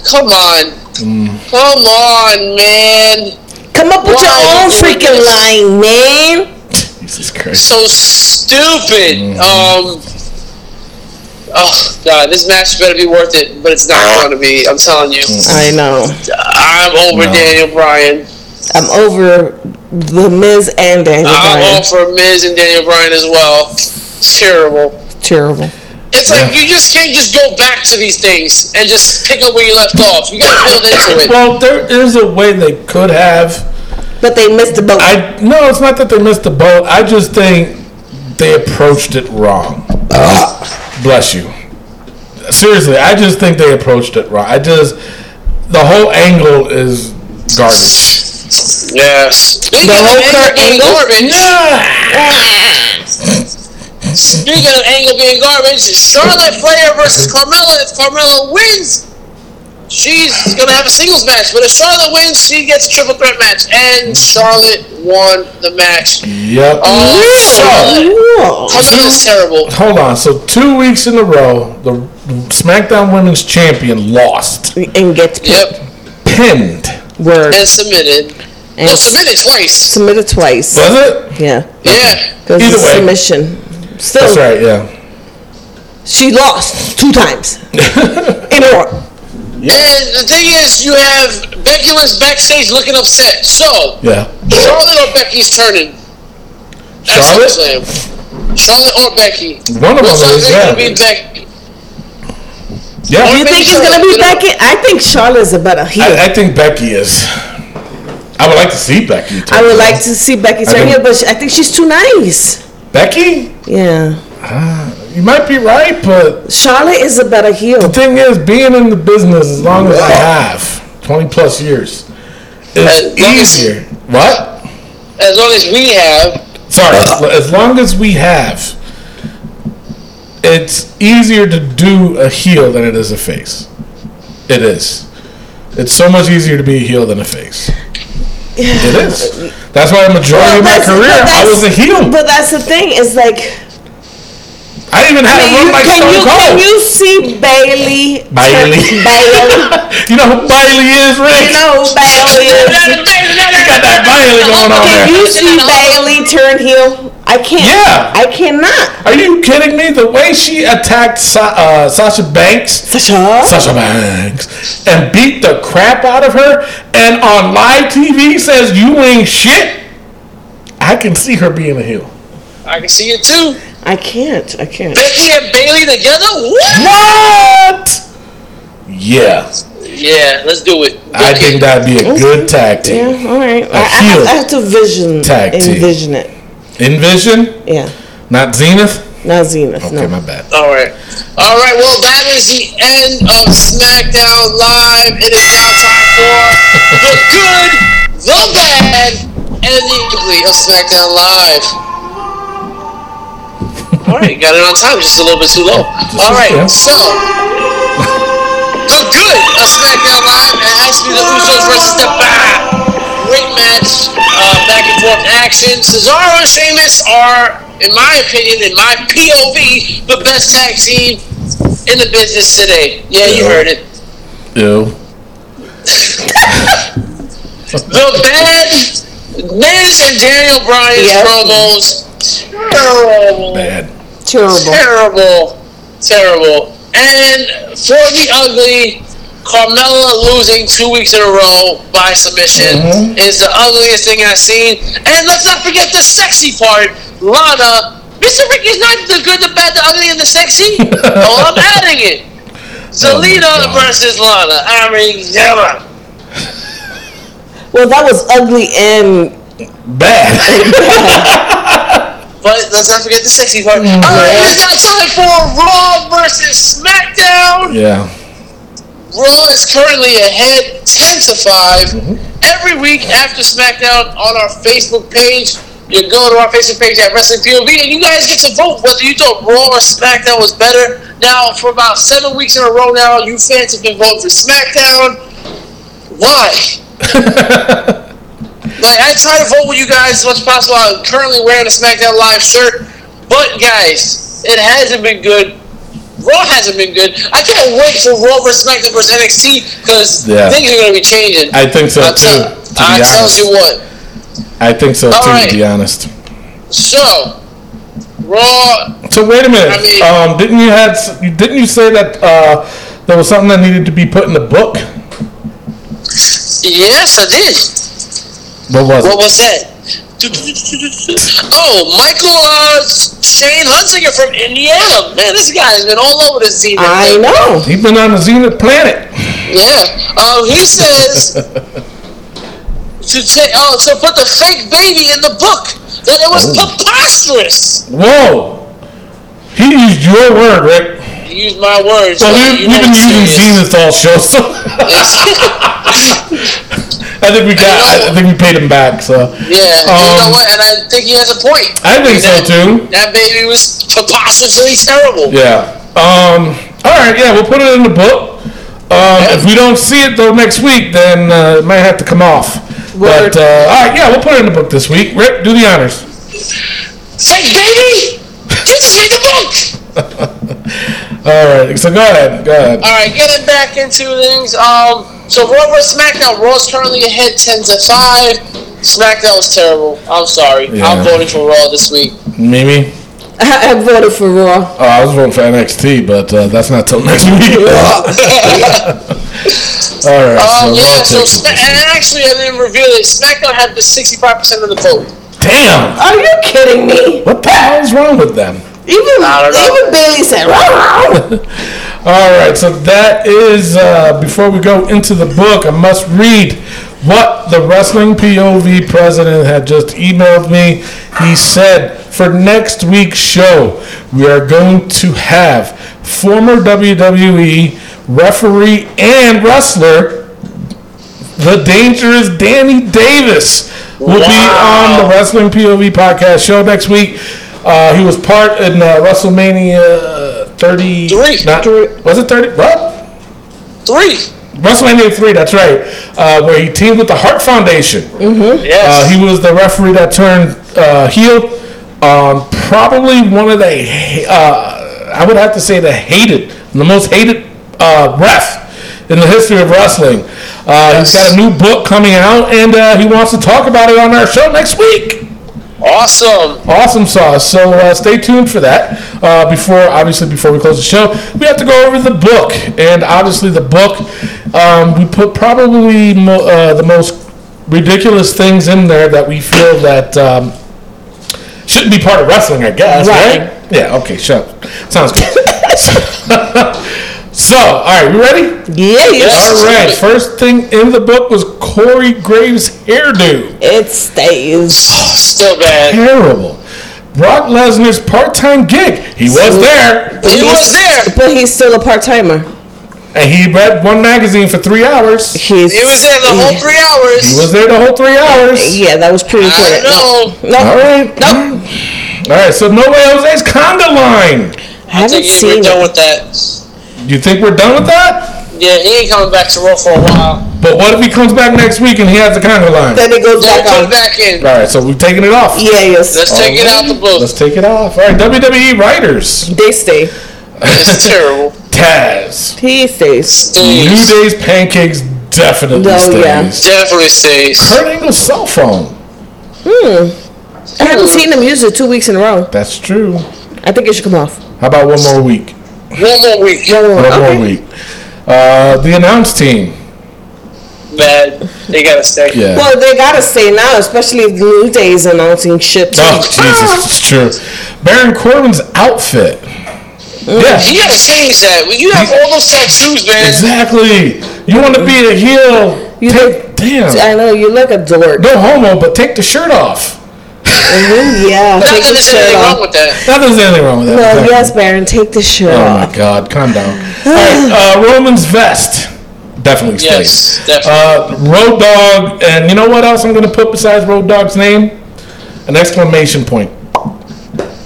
Come on, come on, man. Come up with your Why own you doing freaking this? line, man. Jesus Christ. So stupid. Um. Oh god, this match better be worth it, but it's not going to be. I'm telling you, I know. I'm over No. Daniel Bryan. I'm over the Miz and Daniel I'm all Bryan. for Miz and Daniel Bryan as well. It's terrible. Terrible. It's like you just can't just go back to these things and just pick up where you left off. You gotta build into it. Well, there is a way they could have. But they missed the boat. I no, it's not that they missed the boat. I just think they approached it wrong. Bless you. Seriously, I just think they approached it wrong. I just the whole angle is garbage. Yes. Speaking The whole of angle Kurt being Angle? garbage, speaking of angle being garbage, Charlotte Flair versus Carmella. If Carmella wins, she's gonna have a singles match. But if Charlotte wins, she gets a triple threat match, and Charlotte won the match. Yep. Oh, Charlotte. Whoa. Carmella's terrible. Hold on. So two weeks in a row, the SmackDown Women's Champion lost, And gets Yep, pinned. word. and submitted. And Oh, submitted twice. submitted twice. Was it? Yeah. Yeah. Because Either it's way. submission. Still, That's right. Yeah. she lost two times in a row. And the thing is, you have Becky Lynch backstage looking upset. So, Yeah. Charlotte or Becky's turning. That's Charlotte? SummerSlam. Charlotte or Becky. One of them Most likely is it's yeah. gonna be Becky. Do Yeah. you think it's gonna be Becky? I think Charlotte's a better heel. I, I, I think Becky is. I would like to see Becky. take would it. like to see Becky I turn think- heel, but she, I think she's too nice. Becky. Yeah, You might be right, but Charlotte is a better heel. the thing is, being in the business as long as I have, twenty plus years, As is long as- easier. What? As long as we have. Sorry, as long as we have, it's easier to do a heel than it is a face. It is. It's so much easier to be a heel than a face. It is. That's why a majority Well, of my that's- career but I was a that's- heel. But that's the thing. Is like, I didn't even have can a run you, like can Stone you can Cold. You, you see Bailey? Bailey. Bailey. know who Bailey is, Rick? You know who Bailey is. You got that Bailey going on there. Can you see Bailey turn heel? I can't. Yeah. I cannot. Are you kidding me? The way she attacked Sa- uh, Sasha Banks. Sasha. Sasha Banks and beat the crap out of her and on live TV says you ain't shit. I can see her being a heel. I can see it too. I can't. I can't. Becky and Bailey together? What? What? Yeah, Yeah, let's do it. I think that'd be a good tag Yeah. team. All right. I, I, heel have, I have to vision. tag team. envision it. Envision, Yeah. not Zenith. Not Zenith. Okay, no. my bad. All right. All right. Well, that is the end of SmackDown Live. It is now time for the good, the bad, and the ugly of SmackDown Live. All right, got it on time, just a little bit too low. All right, okay. so the good of SmackDown Live it has to be the Usos versus the Bad. Great match, uh, back and forth action. Cesaro and Sheamus are, in my opinion, in my POV, the best tag team in the business today. Yeah, you heard it. Ew. The bad Miz and Daniel Bryan's Yep. promos. Terrible. Bad. Terrible. Terrible. Terrible. And for the ugly, Carmella losing two weeks in a row by submission is the ugliest thing I've seen. And let's not forget the sexy part, Lana. Mr. Rick is not the good, the bad, the ugly, and the sexy. oh, I'm adding it. Zelina God. versus Lana. I mean, never. Well, that was ugly and Bad. But let's not forget the sexy part. All right, it's now time for Raw versus SmackDown. yeah. Raw is currently ahead 10 to 5. Every week after SmackDown on our Facebook page, you go to our Facebook page at Wrestling POV and you guys get to vote whether you thought Raw or SmackDown was better. Now, for about seven weeks in a row now, you fans have been voting for SmackDown. Why? like, I try to vote with you guys as much as possible. I'm currently wearing a SmackDown Live shirt. But, guys, it hasn't been good Raw hasn't been good. I can't wait for Raw versus SmackDown versus NXT because Yeah. things are going to be changing. I think so I too. tell, to be I tells honest. you what. I think so too, All to right. be honest. So, Raw. So wait a minute. I mean- um, didn't you had didn't you say that uh, there was something that needed to be put in the book? Yes, I did. What was What it? was that? Oh, Michael uh, Shane Hunsinger from Indiana. Man, this guy has been all over this season. I know. He's been on the Zenith planet. Yeah. Um, he says to ta- oh, to put the fake baby in the book. That it was preposterous. Whoa. He used your word, Rick. use my words. So but we, you we've know been I'm using serious. Zenith all show. So I think we got. I, think we paid him back. So Yeah, you know Um, what? And I think he has a point. I think so that, too. That baby was preposterously terrible. Yeah. Um. All right. Yeah, we'll put it in the book. Um, If we don't see it though next week, then uh, it might have to come off. But Word. uh, all right, yeah, we'll put it in the book this week. Rick, do the honors. Say, baby, just read the book. All right, Uh, so go ahead, go ahead. All right, getting back into things. Um, so Raw vs. SmackDown. Raw's currently ahead, ten to five. SmackDown was terrible. I'm sorry. Yeah. I'm voting for Raw this week. Mimi, I, I voted for Raw. oh, I was voting for NXT, but uh, that's not till next week. All right, Um, so yeah. Raw So takes Sma- it. and actually, I didn't reveal it. SmackDown had the 65 percent of the vote. damn, Are you kidding me? what the hell is wrong with them? Even don't know. even Bailey said, "Rah, rah." All right, so that is uh, before we go into the book, I must read what the wrestling POV president had just emailed me. He said for next week's show, we are going to have former WWE referee and wrestler, the dangerous Danny Davis, will be on the Wrestling POV podcast show next week. Uh, he was part in uh, WrestleMania 30. Three. Not, was it 30? What? Three. WrestleMania 3, that's right. Uh, where he teamed with the Hart Foundation. Uh, Yes. he was the referee that turned uh, heel. Um, probably one of the, ha- uh, I would have to say the hated, the most hated uh, ref in the history of wrestling. Uh, He's got a new book coming out, and uh, he wants to talk about it on our show next week. awesome. Awesome sauce. So uh, stay tuned for that. Uh, before, obviously, before we close the show, we have to go over the book, and obviously, the book um, we put probably mo- uh, the most ridiculous things in there that we feel that um, shouldn't be part of wrestling. I guess, right? Yeah. Okay. Sure. Sounds good. so, all right, we ready? Yeah, you Yes. All right. First thing in the book was Corey Graves' hairdo. It stays. Still bad. terrible. Brock Lesnar's part-time gig. He was there, He was there. But he's still a part timer. and he read one magazine for three hours. He's He was there the whole three hours. He was there the whole three hours. Yeah, that was pretty I recorded. know. No, All right. Nope. All right. So no way Jose's conga line. I I haven't think he- we're seen done it. with that. You think we're done with that? Yeah, he ain't coming back to Raw for a while. But what if he comes back next week and he has the conga line? Then it goes Then back put on. it back in. All right. So we've taken it off. Yeah, yes. Let's take it out the book. Let's take it off. All right. WWE writers. They stay. It's terrible. Taz. He stays. New Stays. Day's pancakes definitely Oh, yeah. stays. Definitely stays. Kurt Angle's cell phone. I haven't seen him use it two weeks in a row. That's true. I think it should come off. How about one more week? One more week. One Okay. more week. Uh, the announce team. Bad. They gotta stay. Yeah. Well, they gotta stay now, especially if New Day's announcing shit. too. Ah. oh, uh, Jesus. It's true. Baron Corbin's outfit. Yeah. You gotta change that. When you have all those tattoos, man. Exactly. You want to be a heel. You take, damn. I know you look a dork. No homo, but take the shirt off. Yeah, Not take that the there's shirt anything wrong off. with that. Now there's anything wrong with that. No, Exactly. yes, Baron, take the shirt Oh, off. my God. Calm down. All right. Uh, Roman's vest. Definitely stays. Yes, definitely. Uh, Road Dog, and you know what else I'm gonna put besides Road Dog's name? An exclamation point.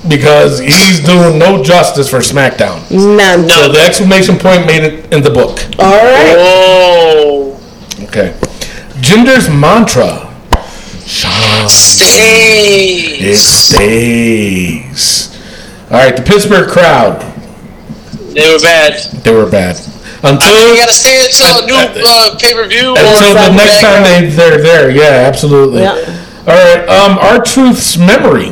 Because he's doing no justice for SmackDown. None. So the exclamation point made it in the book. All right. oh. Okay. Gender's mantra. Shine. It Stays. stays. Alright, the Pittsburgh crowd. They were bad. They were bad. You Until gotta stay until a new uh, pay per view until or the Sunday. next time they, they're there. Yeah, absolutely. Yeah. Alright, um, our truth's memory.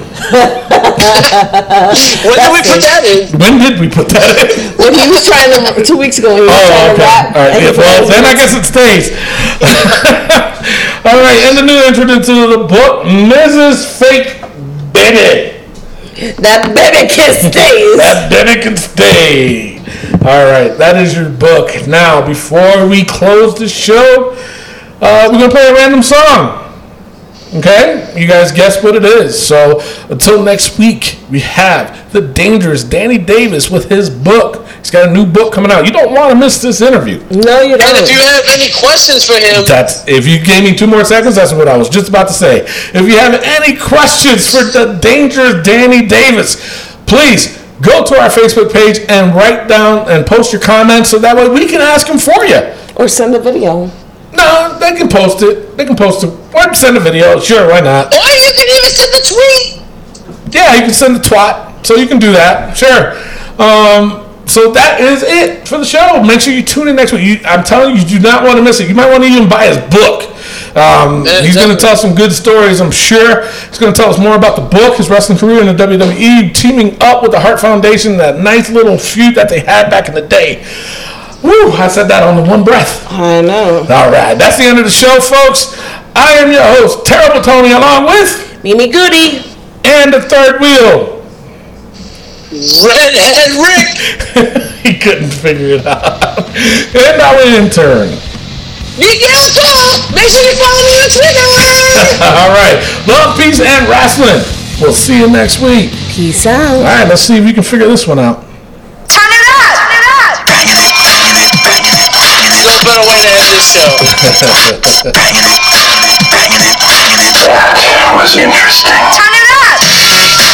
when do we put that in? When did we put that in? When he was trying to, two weeks ago, he was Oh, trying okay. to All rap. right. and Yeah, he well, was- then I guess it stays. All right. And the new entrant into the book, Mrs. Fake Bennett. that baby kiss stays. That Bennett can stay. All right. That is your book. Now, before we close the show, uh, we're going to play a random song. Okay? You guys guess what it is. So, until next week, we have the dangerous Danny Davis with his book. He's got a new book coming out. You don't want to miss this interview. no, you And if you don't. have any questions for him, That's if you gave me two more seconds, that's what I was just about to say. If you have any questions for the dangerous Danny Davis, please go to our Facebook page and write down and post your comments so that way we can ask him for you. Or send a video. No, they can post it. They can post it. Or send a video. Sure, why not? or you can even send a tweet. Yeah, you can send a twat. So you can do that. Sure. Um, So that is it for the show. Make sure you tune in next week. You, I'm telling you, you do not want to miss it. You might want to even buy his book. Um, Yeah, he's going to definitely. tell some good stories, I'm sure. He's going to tell us more about the book, his wrestling career in the WWE, teaming up with the Hart Foundation, that nice little feud that they had back in the day. Woo! I said that on the one breath. I know. All right, that's the end of the show, folks. I am your host, Terrible Tony, along with Mimi Goody. and the third wheel. Redhead Rick. he couldn't figure it out. And our intern. Miguel Cole. Make sure you follow me on Twitter. All right, love, peace, and wrestling. We'll see you next week. Peace out. All right, let's see if we can figure this one out. no better way to end this show. That was interesting. Turn it up!